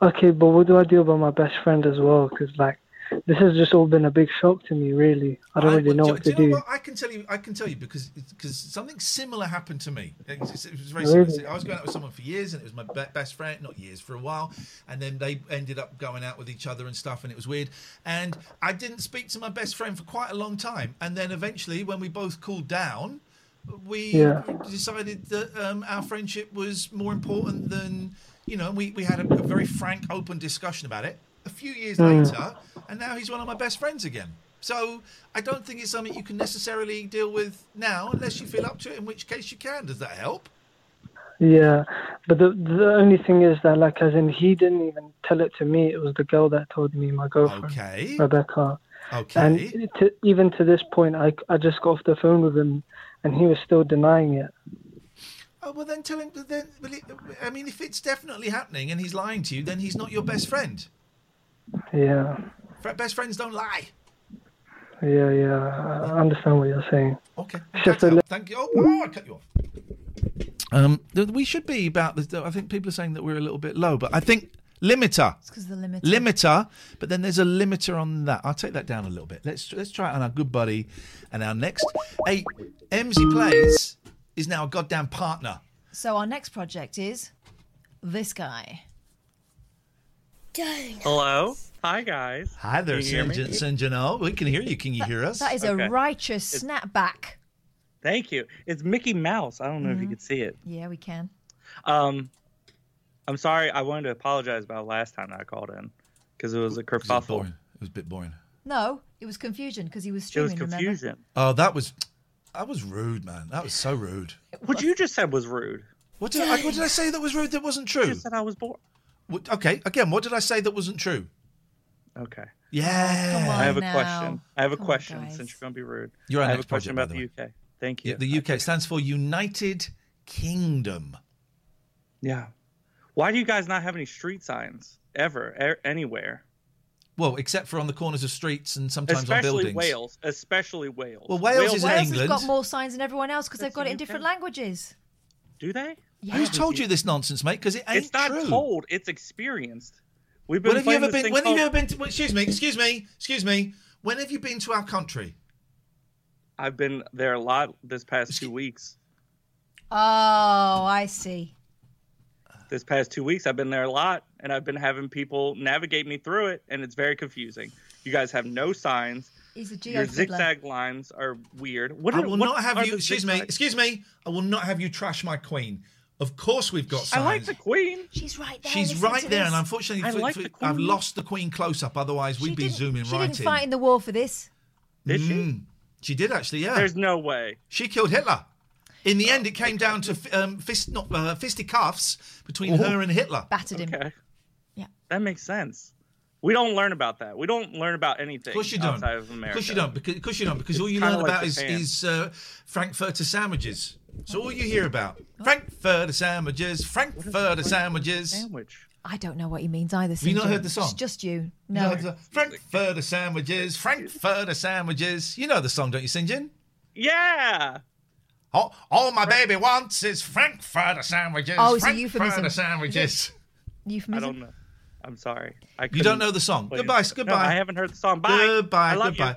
Speaker 14: Okay, but what do I do about my best friend as well? Because like, this has just all been a big shock to me. Really, I don't really know what to
Speaker 1: do you
Speaker 14: do.
Speaker 1: know what? I can tell you. I can tell you because because something similar happened to me. It was, it was very similar.
Speaker 14: Really?
Speaker 1: I was going out with someone for years, and it was my be- best friend. Not years, for a while, and then they ended up going out with each other and stuff, and it was weird. And I didn't speak to my best friend for quite a long time, and then eventually, when we both cooled down, we
Speaker 14: Yeah.
Speaker 1: decided that um, our friendship was more important than you know. We we had a, a very frank, open discussion about it. A few years
Speaker 14: Mm.
Speaker 1: later, and now he's one of my best friends again. So I don't think it's something you can necessarily deal with now, unless you feel up to it. In which case, you can. Does that help?
Speaker 14: Yeah, but the the only thing is that like, as in, he didn't even tell it to me. It was the girl that told me, my girlfriend,
Speaker 1: Okay.
Speaker 14: Rebecca.
Speaker 1: Okay.
Speaker 14: And to, even to this point, I I just got off the phone with him, and he was still denying it.
Speaker 1: Oh well, then tell him. Then, well, it, I mean, if it's definitely happening and he's lying to you, then he's not your best friend.
Speaker 14: Yeah,
Speaker 1: Fr- Best friends don't lie.
Speaker 14: yeah, yeah. I understand what you're saying.
Speaker 1: Okay.
Speaker 14: It's just a li-
Speaker 1: Thank you. Oh, oh, I cut you off. Um, th- we should be about this. I think people are saying that we're a little bit low, but I think limiter. It's
Speaker 2: 'cause of the limiter.
Speaker 1: Limiter, but then there's a limiter on that. I'll take that down a little bit. Let's let's try it on our good buddy, and our next eight MZ plays is now a goddamn partner.
Speaker 2: So our next project is this guy.
Speaker 13: Don't.
Speaker 1: Hello. Hi, guys. Hi there,
Speaker 2: Can you hear me?
Speaker 1: Sinjin. Sinjin. Oh, we can hear you. Can you hear us?
Speaker 2: That is a righteous snapback.
Speaker 15: Thank you. It's Mickey Mouse. I don't know if you
Speaker 2: Mhm.
Speaker 15: could see it.
Speaker 2: Yeah, we can.
Speaker 15: Um, I'm sorry. I wanted to apologize about last time that I called in because it was a kerfuffle. It
Speaker 1: was a bit boring.
Speaker 2: No, it was confusion because he
Speaker 15: It was
Speaker 2: was streaming. Remember?
Speaker 15: confusion.
Speaker 1: Oh, that was that was rude, man. That was so rude.
Speaker 15: What you just said was rude.
Speaker 1: What did, I, what did I say that was rude? That wasn't true. You said
Speaker 15: I was bored.
Speaker 1: What, okay, again, what did I say that wasn't true?
Speaker 15: Okay.
Speaker 1: Yeah.
Speaker 15: I have a question. I have a question since you're going to be rude.
Speaker 1: You're our
Speaker 15: I have a
Speaker 1: next
Speaker 15: question
Speaker 1: project,
Speaker 15: about the,
Speaker 1: by the
Speaker 15: UK. Thank you.
Speaker 1: Yeah, the UK stands for United Kingdom.
Speaker 15: Yeah. Why do you guys not have any street signs ever, er, anywhere?
Speaker 1: Well, except for on the corners of streets and sometimes
Speaker 15: especially
Speaker 1: on buildings.
Speaker 15: Wales. Especially Wales.
Speaker 1: Well, Wales is in
Speaker 2: Wales
Speaker 1: England.
Speaker 2: has got more signs than everyone else because they've got it in different languages.
Speaker 15: Do they?
Speaker 1: Who's told you this nonsense, mate? Because it ain't
Speaker 15: It's not
Speaker 1: true.
Speaker 15: told. It's experienced. We've been
Speaker 1: When have you
Speaker 15: playing
Speaker 1: ever
Speaker 15: this
Speaker 1: been?
Speaker 15: thing
Speaker 1: When have you
Speaker 15: called-
Speaker 1: ever been? To, well, excuse me. Excuse me. Excuse me. When have you been to our country?
Speaker 15: I've been there a lot this past two weeks.
Speaker 2: Oh, I see.
Speaker 15: This past two weeks, I've been there a lot, and I've been having people navigate me through it, and it's very confusing. You guys have no signs.
Speaker 2: He's a
Speaker 15: Your
Speaker 2: geo
Speaker 15: zigzag lines are weird. What
Speaker 1: I
Speaker 15: are-
Speaker 1: will
Speaker 15: what
Speaker 1: not
Speaker 15: are
Speaker 1: have you.
Speaker 15: the
Speaker 1: Excuse me.
Speaker 15: zigzag-
Speaker 1: Excuse me. I will not have you trash my queen. Of course, we've got signs.
Speaker 15: I like the queen.
Speaker 13: She's right there.
Speaker 1: She's
Speaker 13: listen
Speaker 1: right
Speaker 13: to
Speaker 1: there,
Speaker 13: this.
Speaker 1: and unfortunately,
Speaker 13: I
Speaker 1: for-
Speaker 13: like
Speaker 1: for-
Speaker 13: the
Speaker 1: I've
Speaker 13: queen.
Speaker 1: lost the queen close up. Otherwise, we'd be zooming
Speaker 2: She
Speaker 1: right
Speaker 2: didn't
Speaker 1: in.
Speaker 2: fight in the war for this.
Speaker 1: Did she? Mm. She did actually. Yeah.
Speaker 15: There's no way.
Speaker 1: She killed Hitler. In the end, it came down to fi- um, fist, not uh, fisticuffs between her and Hitler.
Speaker 2: Oh. Battered him.
Speaker 15: Okay. Yeah. That makes sense. We don't learn about that. We don't learn about anything
Speaker 1: Of course you don't.
Speaker 15: outside of
Speaker 1: Of
Speaker 15: America.
Speaker 1: course you don't. Because, of course you don't. Because
Speaker 15: It's
Speaker 1: all you
Speaker 15: kinda
Speaker 1: learn
Speaker 15: like
Speaker 1: about is,
Speaker 15: Japan.
Speaker 1: is uh, Frankfurter sandwiches. That's all you hear about. Frankfurter sandwiches. Frankfurter sandwiches.
Speaker 15: Sandwich.
Speaker 2: I don't know what he means either.
Speaker 1: Have you not
Speaker 2: Sinjin.
Speaker 1: heard the song?
Speaker 2: It's just you.
Speaker 1: You
Speaker 2: No.
Speaker 1: know the- Frankfurter sandwiches. Frankfurter sandwiches. You know the song, don't you, Sinjin?
Speaker 15: Yeah.
Speaker 1: Oh, all my baby wants is Frankfurter sandwiches.
Speaker 2: Oh, it's a euphemism.
Speaker 1: Frankfurter sandwiches.
Speaker 15: I
Speaker 2: Euphemism.
Speaker 15: don't know. I'm sorry. I
Speaker 1: You don't know the song.
Speaker 15: couldn't
Speaker 1: Goodbye.
Speaker 15: play it.
Speaker 1: Goodbye.
Speaker 15: Oh, No, I haven't heard the song. Bye.
Speaker 1: Goodbye.
Speaker 15: I love
Speaker 1: goodbye.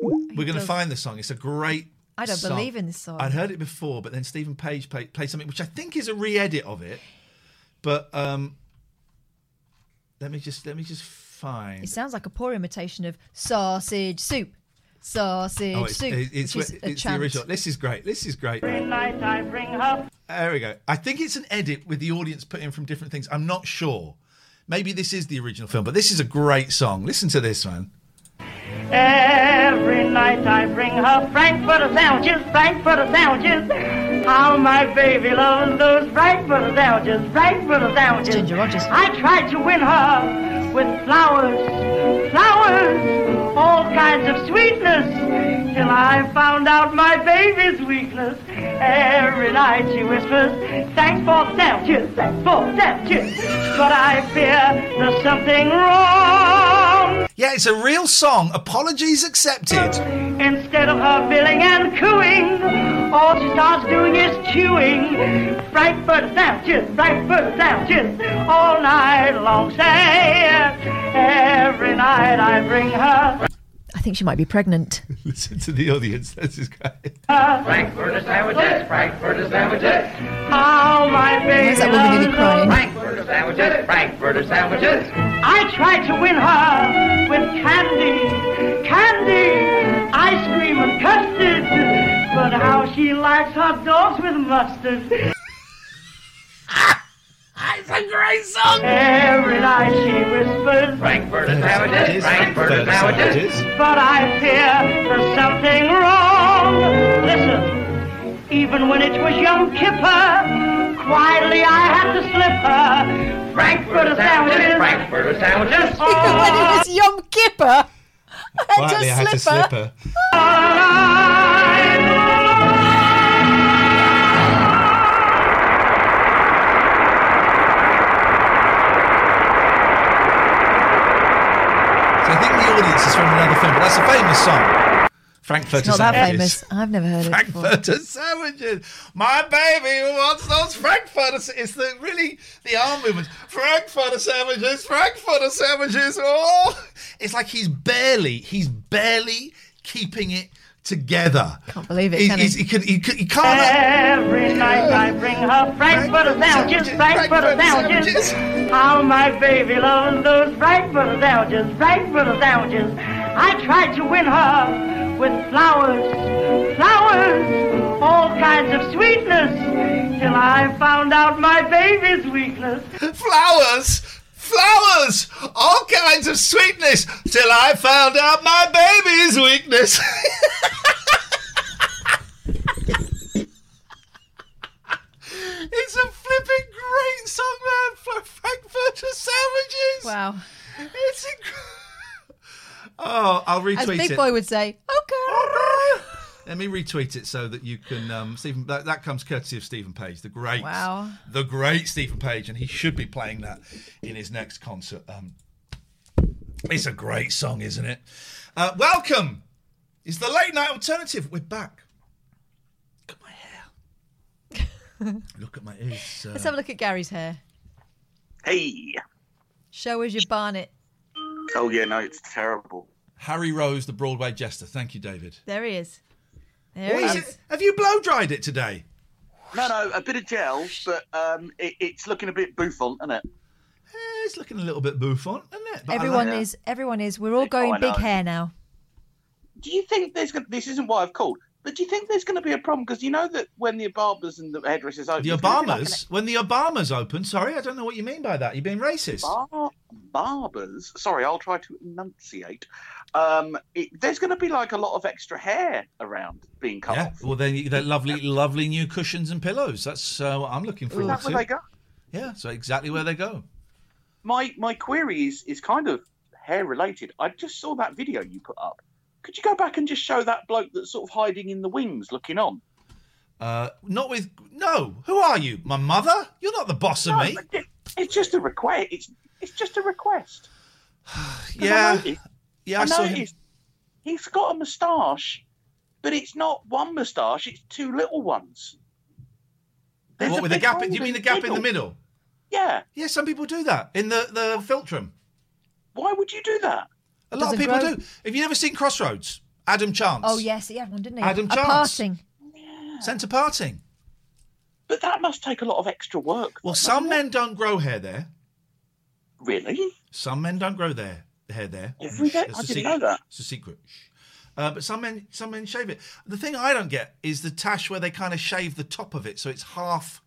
Speaker 1: We're going to
Speaker 2: does-
Speaker 1: find the song. It's a great.
Speaker 2: I don't
Speaker 1: song.
Speaker 2: believe in this song.
Speaker 1: I'd heard it before, but then Stephen Page played, played something which I think is a re-edit of it. But um, let me just let me just find.
Speaker 2: It sounds like a poor imitation of sausage soup. Sausage
Speaker 1: oh, it's,
Speaker 2: soup.
Speaker 1: it's, it's,
Speaker 2: which is a
Speaker 1: it's the
Speaker 2: chant.
Speaker 1: original. This is great. This is great.
Speaker 13: night I bring her.
Speaker 1: There we go. I think it's an edit with the audience put in from different things. I'm not sure. Maybe this is the original film, but this is a great song. Listen to this, man.
Speaker 13: Every night I bring her Frankfurter sandwiches, Frankfurter sandwiches. How my baby loves those Frankfurter sandwiches, Frankfurter sandwiches. Ginger Rogers. I tried to win her with flowers, flowers, all kinds of sweetness, till I found out my baby's weakness. Every night she whispers, thanks for sandwiches, thanks for sandwiches. But I fear there's something wrong.
Speaker 1: Yeah, it's a real song. Apologies accepted.
Speaker 13: Instead of her billing and cooing, all she starts doing is chewing Frankfurt sandwiches, Frankfurt sandwiches, all night long. Say, every night I bring her
Speaker 2: I think she might be pregnant.
Speaker 1: Listen to the audience. This is great.
Speaker 13: Frankfurter sandwiches, Frankfurter sandwiches. How Oh, my baby
Speaker 2: is that woman
Speaker 13: loves
Speaker 2: nearly crying?
Speaker 13: Frankfurter sandwiches, Frankfurter sandwiches. I tried to win her with candy, candy, ice cream and custard. But how she likes hot dogs with mustard. It's a great song. Every night she whispers, Frankfurter sandwiches, Frankfurter sandwiches. But I fear there's something wrong. Listen, even when it was young Kipper, quietly I had to slip her Frankfurter sandwiches, Frankfurter sandwiches.
Speaker 2: Even when it was Yom Kippur, I had
Speaker 1: Quietly,
Speaker 2: to
Speaker 1: I had to slip her. So I think the audience is from another film, but that's a famous song.
Speaker 2: It's
Speaker 1: Frankfurter
Speaker 2: not that
Speaker 1: sandwiches.
Speaker 2: famous. I've never heard it before.
Speaker 1: Frankfurter sandwiches. My baby wants those Frankfurter. sa- It's the really the arm movements. Frankfurter sandwiches. Frankfurter sandwiches. Oh, it's like he's barely, he's barely keeping it together.
Speaker 2: Can't believe it.
Speaker 1: He,
Speaker 2: can
Speaker 1: he's-
Speaker 2: I?
Speaker 1: he, could, he, could, he can't.
Speaker 13: Every night I bring her Frankfurter sandwiches, Frankfurter sandwiches. How my baby loves those Frankfurter sandwiches, Frankfurter sandwiches. I tried to win her with flowers, flowers, all kinds of sweetness, till I found out my baby's weakness.
Speaker 1: Flowers, flowers, all kinds of sweetness, till I found out my baby's weakness. It's a flipping great song, man. For Frankfurter sandwiches.
Speaker 2: Wow.
Speaker 1: It's incredible. Oh, I'll retweet
Speaker 2: As Big
Speaker 1: it.
Speaker 2: Boy would say, "Oh, okay.
Speaker 1: Let me retweet it so that you can, um, Stephen. That, that comes courtesy of Stephen Page, the great,
Speaker 2: Wow.
Speaker 1: the great Stephen Page, and he should be playing that in his next concert. Um, it's a great song, isn't it? Uh, welcome. It's the late night alternative. We're back. Look at my hair. Look at my ears.
Speaker 2: Let's have a look at Gary's hair.
Speaker 16: Hey.
Speaker 2: Show us your barnet.
Speaker 16: Oh yeah, no, it's terrible.
Speaker 1: Harry Rose, the Broadway jester. Thank you, David.
Speaker 2: There he is. There
Speaker 1: What
Speaker 2: he
Speaker 1: is
Speaker 2: is.
Speaker 1: it? Have you blow dried it today?
Speaker 16: No, no, a bit of gel, but um, it, it's looking a bit bouffant, isn't it?
Speaker 1: Eh, it's looking a little bit bouffant, isn't it? But I
Speaker 2: Everyone
Speaker 1: like it.
Speaker 2: is. Everyone is. We're all going
Speaker 16: I
Speaker 2: big
Speaker 16: know.
Speaker 2: hair now.
Speaker 16: Do you think there's going? to This isn't why I've called, but do you think there's going to be a problem? Because you know that when the Obamas and the hairdressers open,
Speaker 1: The
Speaker 16: it's gonna be like an
Speaker 1: Obamas, when the Obamas open, sorry, I don't know what you mean by that. You're being racist.
Speaker 16: bar- barbers. Sorry, I'll try to enunciate. Um, it, there's going to be like a lot of extra hair around being cut
Speaker 1: Yeah.
Speaker 16: off.
Speaker 1: Well, then you- they're lovely, lovely new cushions and pillows. That's uh, what I'm looking
Speaker 16: Is
Speaker 1: forward
Speaker 16: that
Speaker 1: to.
Speaker 16: where they go?
Speaker 1: Yeah. So exactly where they go.
Speaker 16: My my query is is kind of hair related. I just saw that video you put up. Could you go back and just show that bloke that's sort of hiding in the wings, looking on?
Speaker 1: Uh, not with no. Who are you? My mother? You're not the boss of
Speaker 16: No,
Speaker 1: me.
Speaker 16: but it- It's just a request. It's it's just a request. 'Cause I
Speaker 1: Yeah.
Speaker 16: noticed-
Speaker 1: Yeah, I saw him.
Speaker 16: noticed He's got a moustache, but it's not one moustache. It's two little ones. There's
Speaker 1: what
Speaker 16: a
Speaker 1: with the
Speaker 16: big
Speaker 1: gap?
Speaker 16: hole
Speaker 1: in- You mean the
Speaker 16: in
Speaker 1: gap in the middle?
Speaker 16: Yeah.
Speaker 1: Yeah. Some people do that in the the philtrum.
Speaker 16: Why would you do that?
Speaker 1: A lot
Speaker 2: Doesn't
Speaker 1: of people
Speaker 2: grow.
Speaker 1: do. Have you never seen Crossroads? Adam Chance.
Speaker 2: Oh yes, he had one, didn't he?
Speaker 1: Adam
Speaker 2: a
Speaker 1: Chance.
Speaker 2: parting.
Speaker 1: Centre parting.
Speaker 16: But that must take a lot of extra work.
Speaker 1: Well, some men don't grow hair there.
Speaker 16: Really?
Speaker 1: Some men don't grow their hair there.
Speaker 16: Every day?
Speaker 1: That's
Speaker 16: I
Speaker 1: a
Speaker 16: didn't
Speaker 1: secret.
Speaker 16: know that.
Speaker 1: It's a secret. Shh. Uh, but some men, some men shave it. The thing I don't get is the tash where they kind of shave the top of it, so it's half.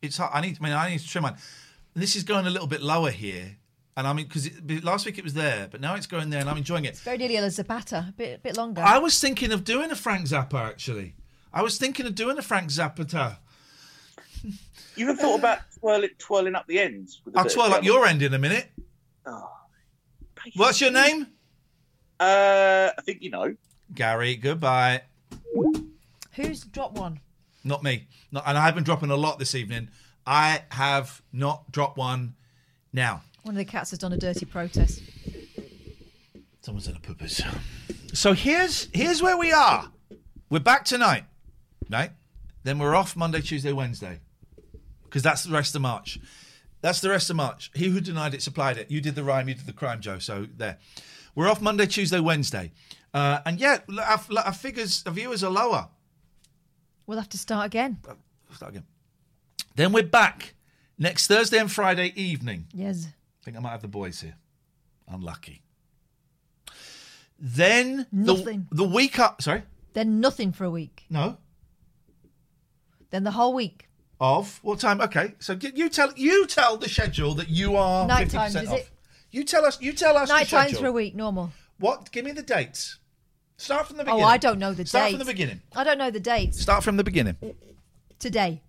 Speaker 1: It's half, I need. I mean, I need to trim mine. This is going a little bit lower here, and I mean, because last week it was there, but now it's going there, and I'm enjoying it.
Speaker 2: Very nearly a Zapata, a bit, a bit longer.
Speaker 1: I was thinking of doing a Frank Zappa actually. I was thinking of doing a Frank Zappa.
Speaker 16: You even thought about twirl it, twirling up the ends? With a
Speaker 1: I'll
Speaker 16: bit of
Speaker 1: twirl up
Speaker 16: gel?
Speaker 1: your end in a minute.
Speaker 16: Oh.
Speaker 1: What's your name?
Speaker 16: Uh, I think you know.
Speaker 1: Gary. Goodbye.
Speaker 2: Who's dropped one?
Speaker 1: Not me. Not, and I have been dropping a lot this evening. I have not dropped one now.
Speaker 2: One of the cats has done a dirty protest.
Speaker 1: Someone's in a poopers. So here's here's where we are. We're back tonight, right? Then we're off Monday, Tuesday, Wednesday, because that's the rest of March. That's the rest of March. He who denied it supplied it. You did the rhyme, you did the crime, Joe. So there. We're off Monday, Tuesday, Wednesday, uh, and yeah, l- our, f- our figures, our viewers are lower.
Speaker 2: We'll have to start again.
Speaker 1: Start again. Then we're back next Thursday and Friday evening.
Speaker 2: Yes.
Speaker 1: I think I might have the boys here. Unlucky. Then
Speaker 2: Nothing.
Speaker 1: The, the week up. Sorry.
Speaker 2: Then nothing for a week.
Speaker 1: No.
Speaker 2: Then the whole week.
Speaker 1: Of what time? Okay, so get, you tell you tell the schedule that you are
Speaker 2: Night
Speaker 1: 50%
Speaker 2: times, is
Speaker 1: off.
Speaker 2: it?
Speaker 1: You tell us. You tell us.
Speaker 2: Night
Speaker 1: the schedule.
Speaker 2: times for a week, normal.
Speaker 1: What? Give me the dates. Start from the
Speaker 2: Oh,
Speaker 1: beginning.
Speaker 2: I don't know the
Speaker 1: Start
Speaker 2: dates.
Speaker 1: from the beginning.
Speaker 2: I don't know the dates.
Speaker 1: Start from the beginning.
Speaker 2: Today.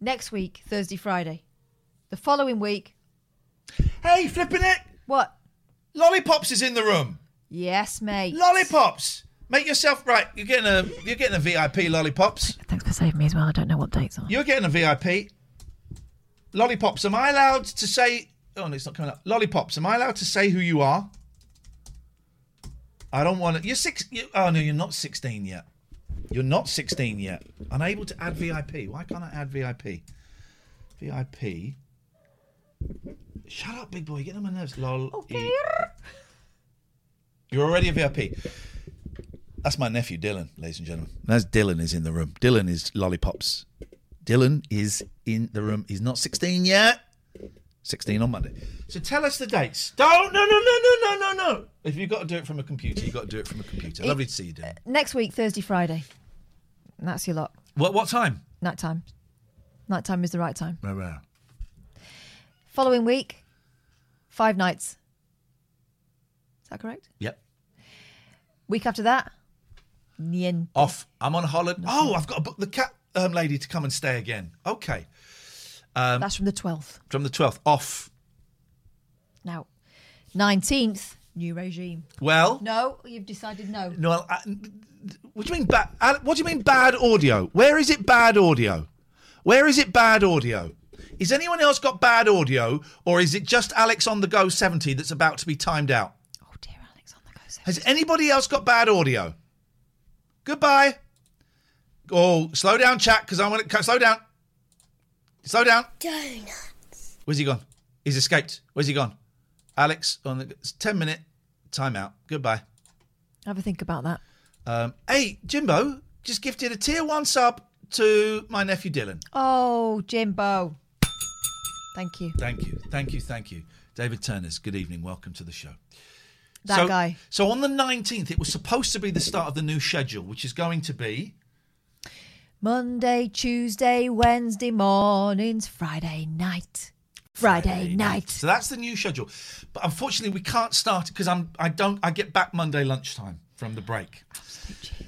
Speaker 2: Next week, Thursday, Friday. The following week.
Speaker 1: Hey, flipping it.
Speaker 2: What?
Speaker 1: Lollipops is in the room.
Speaker 2: Yes, mate.
Speaker 1: Lollipops. Make yourself right. You're getting a you're getting a VIP lollipops.
Speaker 2: Thanks for saving me as well. I don't know what dates are.
Speaker 1: You're getting a VIP. Lollipops, am I allowed to say? Oh, no, it's not coming up. Lollipops, am I allowed to say who you are? I don't want to. You're six. You, oh no, you're not 16 yet. You're not 16 yet. Unable to add VIP. Why can't I add VIP? VIP. Shut up, big boy. Get E. on my nerves. Lol. Okay. You're already a VIP. That's my nephew Dylan, ladies and gentlemen. That's Dylan is in the room. Dylan is lollipops. Dylan is in the room. He's not 16 yet. 16 on Monday. So tell us the dates. Don't no no no no no no no. If you've got to do it from a computer, you've got to do it from a computer. Lovely to see you, Dylan.
Speaker 2: Next week, Thursday, Friday. And that's your lot.
Speaker 1: What what time?
Speaker 2: Night time. Night time is the right time.
Speaker 1: Right, right.
Speaker 2: Following week, five nights. Is that correct?
Speaker 1: Yep.
Speaker 2: Week after that, nien.
Speaker 1: Off. I'm on holiday. Oh, I've got to book the cat um, lady to come and stay again. Okay. Um,
Speaker 2: That's from the 12th.
Speaker 1: from the 12th. Off.
Speaker 2: Now, 19th, new regime.
Speaker 1: Well-
Speaker 2: No, you've decided no.
Speaker 1: No, I, what do you mean bad? What do you mean bad audio? Where is it bad audio? Where is it bad audio? Is anyone else got bad audio, or is it just Alex on the go seventy that's about to be timed out? Oh dear, Alex on the go seventy. Has anybody else got bad audio? Goodbye. Oh, slow down, chat, because I want to slow down. Slow down.
Speaker 17: Donut.
Speaker 1: Where's he gone? He's escaped. Where's he gone? Alex on the it's ten minute timeout. Goodbye.
Speaker 2: Have a think about that.
Speaker 1: Um, hey, Jimbo, just gifted a tier one sub to my nephew Dylan.
Speaker 2: Oh, Jimbo. Thank you.
Speaker 1: Thank you, thank you, thank you. David Turners, good evening. Welcome to the show.
Speaker 2: That
Speaker 1: so,
Speaker 2: guy.
Speaker 1: So on the 19th, it was supposed to be the start of the new schedule, which is going to be.
Speaker 2: Monday, Tuesday, Wednesday mornings, Friday night. Friday, night.
Speaker 1: So that's the new schedule. But unfortunately, we can't start because I'm I don't I get back Monday lunchtime from the break.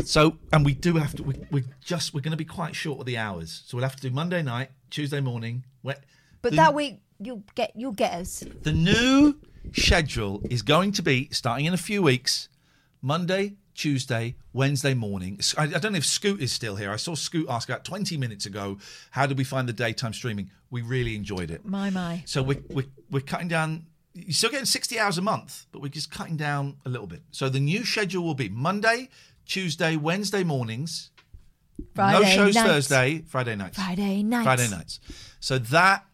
Speaker 1: So and we do have to we we just we're going to be quite short with the hours. So we'll have to do Monday night, Tuesday morning. Wet.
Speaker 2: But that week you'll get you'll get us.
Speaker 1: The new schedule is going to be starting in a few weeks Monday, Tuesday, Wednesday morning. S- I, I don't know if Scoot is still here. I saw Scoot ask about 20 minutes ago, How did we find the daytime streaming? We really enjoyed it.
Speaker 2: My my.
Speaker 1: So we're, we're, we're cutting down, you're still getting 60 hours a month, but we're just cutting down a little bit. So the new schedule will be Monday, Tuesday, Wednesday mornings. no
Speaker 2: Friday
Speaker 1: shows
Speaker 2: night.
Speaker 1: Thursday, Friday nights.
Speaker 2: Friday night.
Speaker 1: Friday nights. So that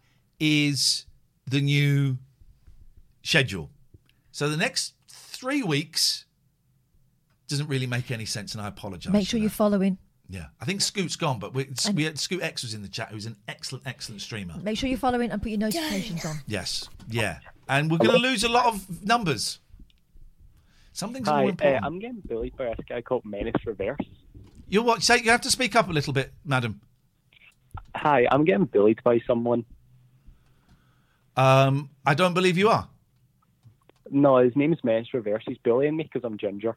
Speaker 1: is the new schedule. So the next three weeks doesn't really make any sense, and I apologise.
Speaker 2: Make sure you're following.
Speaker 1: Yeah, I think Scoot's gone, but we,
Speaker 2: And-
Speaker 1: we had Scoot X was in the chat, who's an excellent, excellent streamer.
Speaker 2: Make sure you're following and put your notifications on.
Speaker 1: Yes, yeah, and we're going to lose a lot of numbers. Something's
Speaker 18: Hi,
Speaker 1: more
Speaker 18: uh,
Speaker 1: important.
Speaker 18: I'm getting bullied by this guy called Menace Reverse.
Speaker 1: you what? Say you have to speak up a little bit, madam.
Speaker 18: Hi, I'm getting bullied by someone.
Speaker 1: Um, I don't believe you are.
Speaker 18: No, his name's Menace Reverse. He's bullying me because I'm ginger.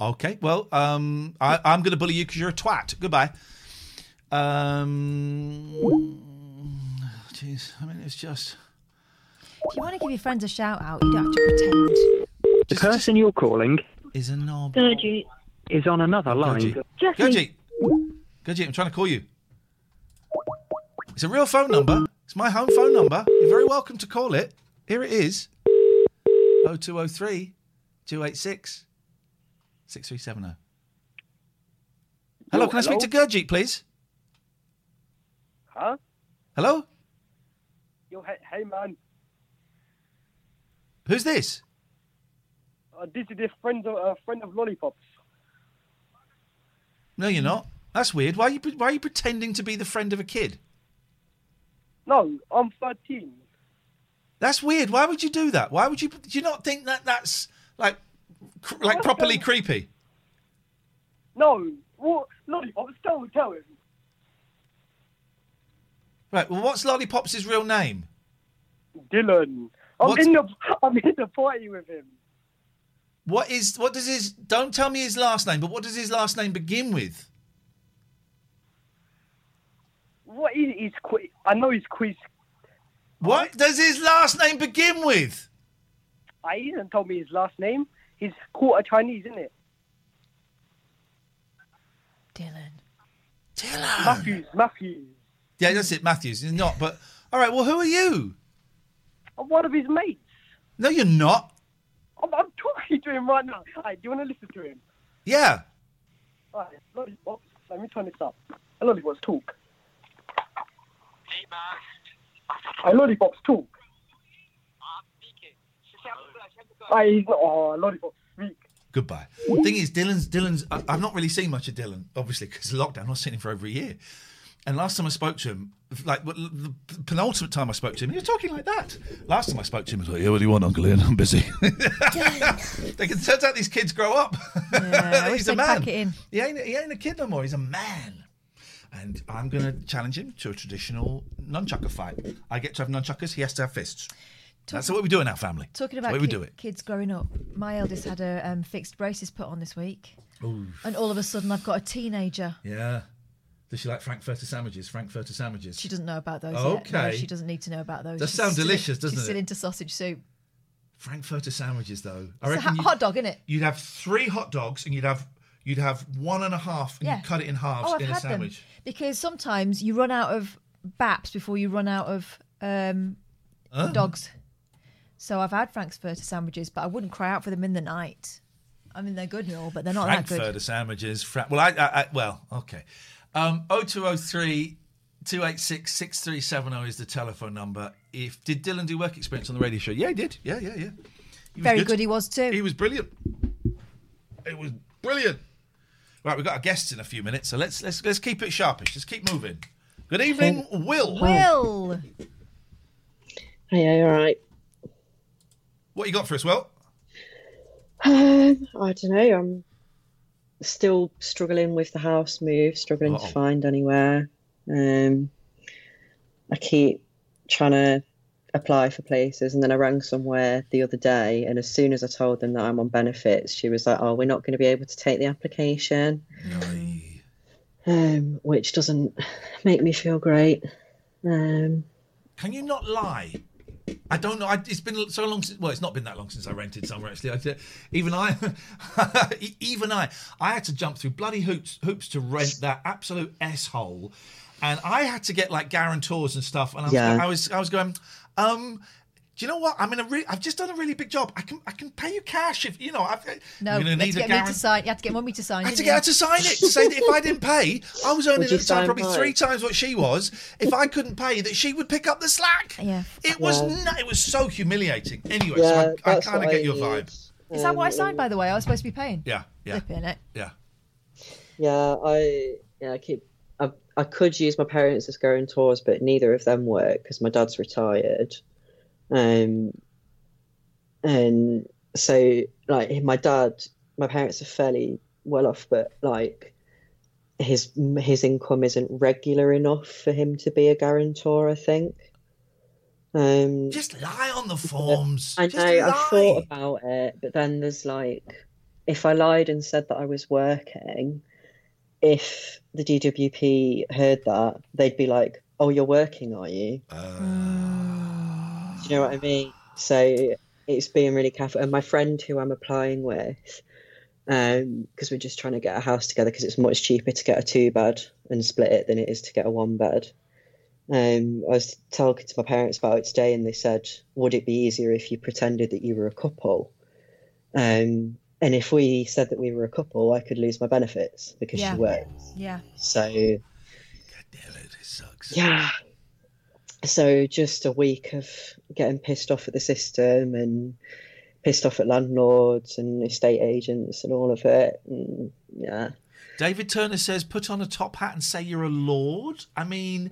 Speaker 1: Okay, well, um, I, I'm going to bully you because you're a twat. Goodbye. Um, jeez, I mean, it's just.
Speaker 2: If you want to give your friends a shout out, you don't have to pretend.
Speaker 18: The person you're calling
Speaker 1: is a knob.
Speaker 2: Gurgy.
Speaker 18: is on another line.
Speaker 1: Gurji. Gurji. Gurji, I'm trying to call you. It's a real phone number. It's my home phone number. You're very welcome to call it. Here it is 0203 286 6370. Hello,
Speaker 18: Oh,
Speaker 1: oh. can I speak to Gurjeet, please?
Speaker 18: Huh?
Speaker 1: Hello?
Speaker 18: Yo, hey, hey man,
Speaker 1: Who's this?
Speaker 18: uh, this is a friend of a friend of lollipops.
Speaker 1: No, you're not. That's weird. Why are you, pre- why are you pretending to be the friend of a kid?
Speaker 18: No, I'm 13.
Speaker 1: That's weird. Why would you do that? Why would you? Do you not think that that's like, cr- like properly creepy?
Speaker 18: No, what lollipops? Tell tell him.
Speaker 1: Right. Well, what's Lollipops' real name?
Speaker 18: Dylan. I'm in the I'm in the party with him.
Speaker 1: What is? What does his? Don't tell me his last name. But what does his last name begin with?
Speaker 18: What is he's quiz? I know he's quiz.
Speaker 1: What does his last name begin with?
Speaker 18: I he didn't tell me his last name. He's quarter Chinese, isn't it?
Speaker 1: Dylan.
Speaker 18: Matthews. Matthews.
Speaker 1: Yeah, that's it. Matthews. You're not. But all right. Well, who are you?
Speaker 18: I'm one of his mates.
Speaker 1: No, you're not.
Speaker 18: I'm, I'm talking to him right now. Alright, do you want to listen to him?
Speaker 1: Yeah.
Speaker 18: Alright, lollipops. Let me turn this up. Hey, lollipops talk. Hey, lollipops talk. Hey, he's not. Oh, lollipops speak.
Speaker 1: Goodbye. Thing is, Dylan's Dylan's. I, I've not really seen much of Dylan, obviously, because lockdown. I've seen him for over a year. And last time I spoke to him, like well, the penultimate time I spoke to him, he was talking like that. Last time I spoke to him, he was like, "Yeah, what do you want, Uncle Ian? I'm busy." Like, it turns out these kids grow up.
Speaker 2: wish
Speaker 1: he's a
Speaker 2: they'd
Speaker 1: man.
Speaker 2: pack it in.
Speaker 1: He ain't he ain't a kid no more. He's a man. And I'm going to challenge him to a traditional nunchucker fight. I get to have nunchuckers. He has to have fists. That's the way we do in our family.
Speaker 2: Talking
Speaker 1: That's
Speaker 2: about
Speaker 1: the way
Speaker 2: ki-
Speaker 1: we do it.
Speaker 2: kids growing up, my eldest had a um, fixed braces put on this week,
Speaker 1: Ooh.
Speaker 2: and all of a sudden I've got a teenager.
Speaker 1: Yeah. Does she like Frankfurter sandwiches? Frankfurter sandwiches.
Speaker 2: She doesn't know about those. Yet. No,
Speaker 1: Okay.
Speaker 2: she doesn't need to know about those.
Speaker 1: Does
Speaker 2: She's
Speaker 1: sound
Speaker 2: still-
Speaker 1: delicious, doesn't
Speaker 2: she's Still
Speaker 1: it?
Speaker 2: into sausage soup.
Speaker 1: Frankfurter sandwiches, though.
Speaker 2: It's a ha-
Speaker 1: you-
Speaker 2: hot dog, isn't it?
Speaker 1: You'd have three hot dogs, and you'd have you'd have one and a half, and
Speaker 2: Yeah.
Speaker 1: you cut it in halves
Speaker 2: Oh, I've
Speaker 1: in a
Speaker 2: had
Speaker 1: sandwich.
Speaker 2: them because sometimes you run out of baps before you run out of um,
Speaker 1: Oh.
Speaker 2: dogs. So I've had Frankfurter sandwiches, but I wouldn't cry out for them in the night. I mean, they're good and all, but they're not that
Speaker 1: Frankfurter
Speaker 2: good.
Speaker 1: sandwiches. Fra- well, I, I, I well, okay. Um, 0203 286 6370 is the telephone number. If did Dylan do work experience on the radio show? Yeah, he did. Yeah, yeah, yeah. He was
Speaker 2: Very good he was too.
Speaker 1: He was brilliant. It was brilliant. Right, we've got our guests in a few minutes, so let's let's let's keep it sharpish. Let's keep moving. Good evening, Will.
Speaker 2: Will.
Speaker 19: Yeah, all right.
Speaker 1: What you got for us, Will?
Speaker 19: Um, I don't know. I'm still struggling with the house move, struggling
Speaker 1: Uh-oh.
Speaker 19: to find anywhere. Um, I keep trying to apply for places, and then I rang somewhere the other day, and as soon as I told them that I'm on benefits, she was like, "Oh, we're not going to be able to take the application," um, which doesn't make me feel great. Um,
Speaker 1: Can you not lie? I don't know. I, it's been so long since. Well, it's not been that long since I rented somewhere. Actually, I, did- even I, e- even I, I had to jump through bloody hoops hoops to rent that absolute s hole, and I had to get like guarantors and stuff. And I was,
Speaker 19: Yeah.
Speaker 1: I was, I was going. um do you know what? I'm in a. Re- I've just done a really big job. I can. I can pay you cash if you know. I've,
Speaker 2: No,
Speaker 1: I'm
Speaker 2: you
Speaker 1: gonna
Speaker 2: had to
Speaker 1: need a
Speaker 2: get me
Speaker 1: guarantee.
Speaker 2: to sign. You had to get mummy to sign.
Speaker 1: I had to
Speaker 2: didn't
Speaker 1: get
Speaker 2: you?
Speaker 1: her to sign it to say that if I didn't pay, I was earning
Speaker 2: Would
Speaker 1: at
Speaker 2: you
Speaker 1: the time
Speaker 2: sign
Speaker 1: probably
Speaker 2: mine?
Speaker 1: three times what she was. If I couldn't pay, that she would pick up the slack.
Speaker 2: Yeah.
Speaker 1: It was
Speaker 2: Yeah.
Speaker 1: nu- it was so humiliating. Anyway,
Speaker 2: Yeah,
Speaker 1: so I, I
Speaker 2: that's
Speaker 1: kind of
Speaker 2: what
Speaker 1: get
Speaker 2: I
Speaker 1: your
Speaker 2: need.
Speaker 1: vibe.
Speaker 2: Is that what I signed, by the way? I was supposed to be paying.
Speaker 1: Yeah, yeah,
Speaker 2: Flipping it.
Speaker 1: yeah.
Speaker 19: Yeah, I yeah I keep I, I could use my parents as guarantors, but neither of them work because my dad's retired, um, and so like my dad, my parents are fairly well off, but like his his income isn't regular enough for him to be a guarantor. I think. Um,
Speaker 1: Just lie on the forms.
Speaker 19: I
Speaker 1: Just
Speaker 19: know. I've
Speaker 1: lie.
Speaker 19: thought about it, but then there's like, if I lied and said that I was working, if the DWP heard that, they'd be like, "Oh, you're working, are you?" Do you know what I mean? So it's being really careful. And my friend who I'm applying with, because we're just trying to get a house together, because it's much cheaper to get a two bed and split it than it is to get a one bed. Um, I was talking to my parents about it today, and they said, "Would it be easier if you pretended that you were a couple?" Um, and if we said that we were a couple, I could lose my benefits because
Speaker 2: Yeah.
Speaker 19: she works.
Speaker 2: Yeah.
Speaker 19: So, Yeah. So just a week of getting pissed off at the system and pissed off at landlords and estate agents and all of it. And yeah.
Speaker 1: David Turner says, put on a top hat and say you're a lord. I mean,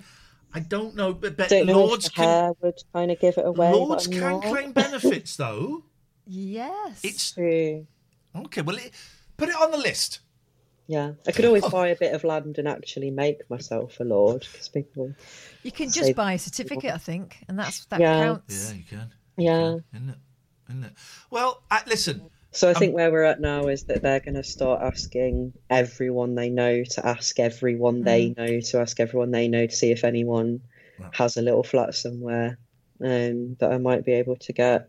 Speaker 1: I don't know, but, but
Speaker 19: Don't know
Speaker 1: lords
Speaker 19: if the
Speaker 1: can
Speaker 19: hair would kind of give it away. but
Speaker 1: lords
Speaker 19: I'm
Speaker 1: can
Speaker 19: not.
Speaker 1: claim benefits though.
Speaker 2: Yes.
Speaker 1: It's
Speaker 19: true.
Speaker 1: Okay, well, it, put it on the list. Oh.
Speaker 19: Yeah, I could always buy a bit of land and actually make myself a lord because people.
Speaker 2: You can
Speaker 19: say-
Speaker 2: just buy a certificate, I think, and that's that
Speaker 19: Yeah.
Speaker 2: counts.
Speaker 1: Yeah, you can.
Speaker 19: Yeah.
Speaker 1: Isn't it? Well, I, listen.
Speaker 19: So I think where we're at now is that they're going to start asking everyone they know to ask everyone they
Speaker 1: Mm.
Speaker 2: Mhm.
Speaker 19: know to ask everyone they know to see if anyone has a little flat somewhere um, that I might be able to get.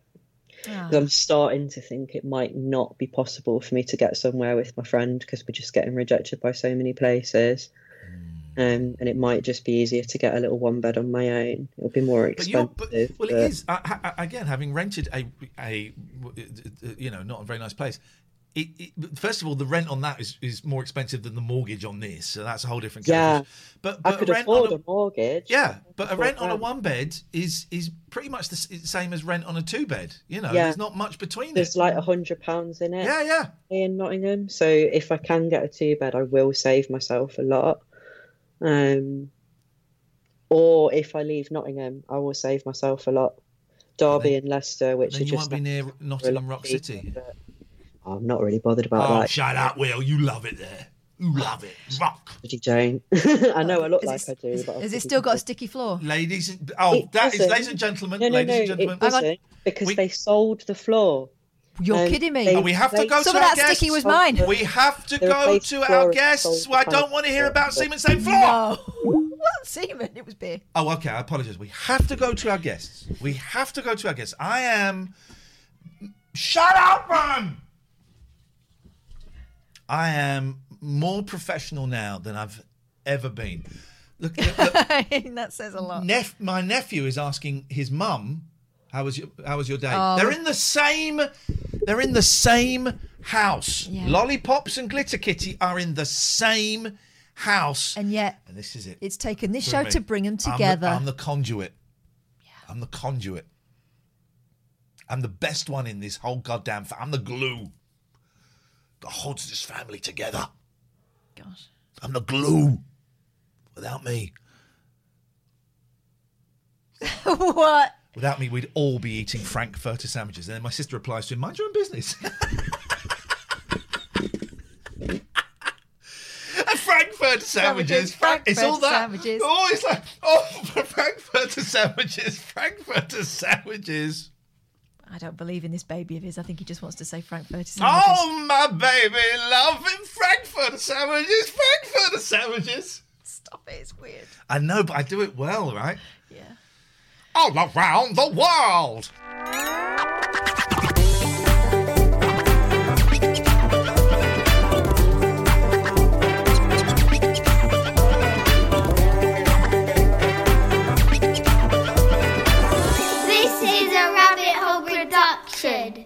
Speaker 12: Ah.
Speaker 19: 'Cause I'm starting to think it might not be possible for me to get somewhere with my friend because we're just getting rejected by so many places.
Speaker 1: Mm.
Speaker 19: Um, and it might just be easier to get a little one bed on my own. It'll be more
Speaker 1: But you're,
Speaker 19: expensive.
Speaker 1: but, well, it
Speaker 19: but-
Speaker 1: is. I, I, again, having rented a, a, you know, not a very nice place, it, it, first of all, the rent on that is, is more expensive than the mortgage on this, so that's a whole different.
Speaker 19: Yeah,
Speaker 1: calculation. but,
Speaker 19: I
Speaker 1: but
Speaker 19: could
Speaker 1: rent on
Speaker 19: afford a, mortgage.
Speaker 1: Yeah, but a
Speaker 19: afford
Speaker 1: rent on a
Speaker 19: that.
Speaker 1: one bed is is pretty much the s- same as rent on a two bed. You know,
Speaker 19: Yeah.
Speaker 1: there's not much between
Speaker 19: There's
Speaker 1: it.
Speaker 19: like a hundred pounds in it.
Speaker 1: Yeah, yeah.
Speaker 19: In Nottingham, so if I can get a two bed, I will save myself a lot. Um, or if I leave Nottingham, I will save myself a lot. Derby and Leicester, which
Speaker 1: then
Speaker 19: are
Speaker 1: you
Speaker 19: just
Speaker 1: won't be near Nottingham Rock City.
Speaker 19: I'm not really bothered about
Speaker 1: Oh,
Speaker 19: that.
Speaker 1: shut up, Will. You love it there. You love it. Rock.
Speaker 19: But you don't. I know I look
Speaker 2: Is
Speaker 19: like I do, but I
Speaker 2: Has it
Speaker 19: think
Speaker 2: still got a sticky floor?
Speaker 1: Ladies and oh,
Speaker 19: It
Speaker 1: that is,
Speaker 19: doesn't.
Speaker 1: ladies and gentlemen,
Speaker 19: No, no,
Speaker 1: ladies
Speaker 19: no,
Speaker 1: and gentlemen.
Speaker 19: it doesn't, because they sold the floor.
Speaker 2: You're
Speaker 19: Um,
Speaker 2: kidding me.
Speaker 19: they-
Speaker 1: we have to
Speaker 19: they-
Speaker 1: go to our guests. We have to
Speaker 19: They
Speaker 1: go
Speaker 19: replaced
Speaker 1: to our
Speaker 19: Florence
Speaker 1: guests.
Speaker 19: Gold
Speaker 1: I
Speaker 19: with
Speaker 1: don't want to hear
Speaker 19: Florence
Speaker 1: about
Speaker 19: Gold.
Speaker 1: Siemens same floor.
Speaker 2: What semen? It was beer.
Speaker 1: Oh, okay. I apologise. We have to go to our guests. We have to go to our guests. I am. Shut up, man! I am more professional now than I've ever been. Look, look, look,
Speaker 2: that says a lot.
Speaker 1: nep- my nephew is asking his mum, "How was your How was your day?"
Speaker 2: Oh.
Speaker 1: They're in the same. They're in the same house. Lollipops and Glitter Kitty are in the same house.
Speaker 2: And yet,
Speaker 1: And this is it.
Speaker 2: it's taken this
Speaker 1: For
Speaker 2: show
Speaker 1: me.
Speaker 2: to bring them
Speaker 1: I'm the-
Speaker 2: together.
Speaker 1: I'm the, conduit. I'm the conduit. I'm the best one in this whole goddamn. Fa- I'm the glue that holds this family together.
Speaker 2: Gosh.
Speaker 1: I'm the glue. Without me,
Speaker 2: what?
Speaker 1: without me, we'd all be eating frankfurter sandwiches. And then my sister replies to him, "Mind your own business." Frankfurter sandwiches.
Speaker 2: Frankfurter
Speaker 1: it's all that.
Speaker 2: sandwiches.
Speaker 1: Oh, it's like oh, Frankfurter sandwiches. Frankfurter sandwiches.
Speaker 2: I don't believe in this baby of his. I think he just wants to say Frankfurter sandwiches.
Speaker 1: Oh, my baby, loving Frankfurter sandwiches, Frankfurter sandwiches.
Speaker 2: Stop it, it's weird.
Speaker 1: I know, but I do it well, right?
Speaker 2: Yeah.
Speaker 1: All around the world.
Speaker 3: This is a rabbit hole production.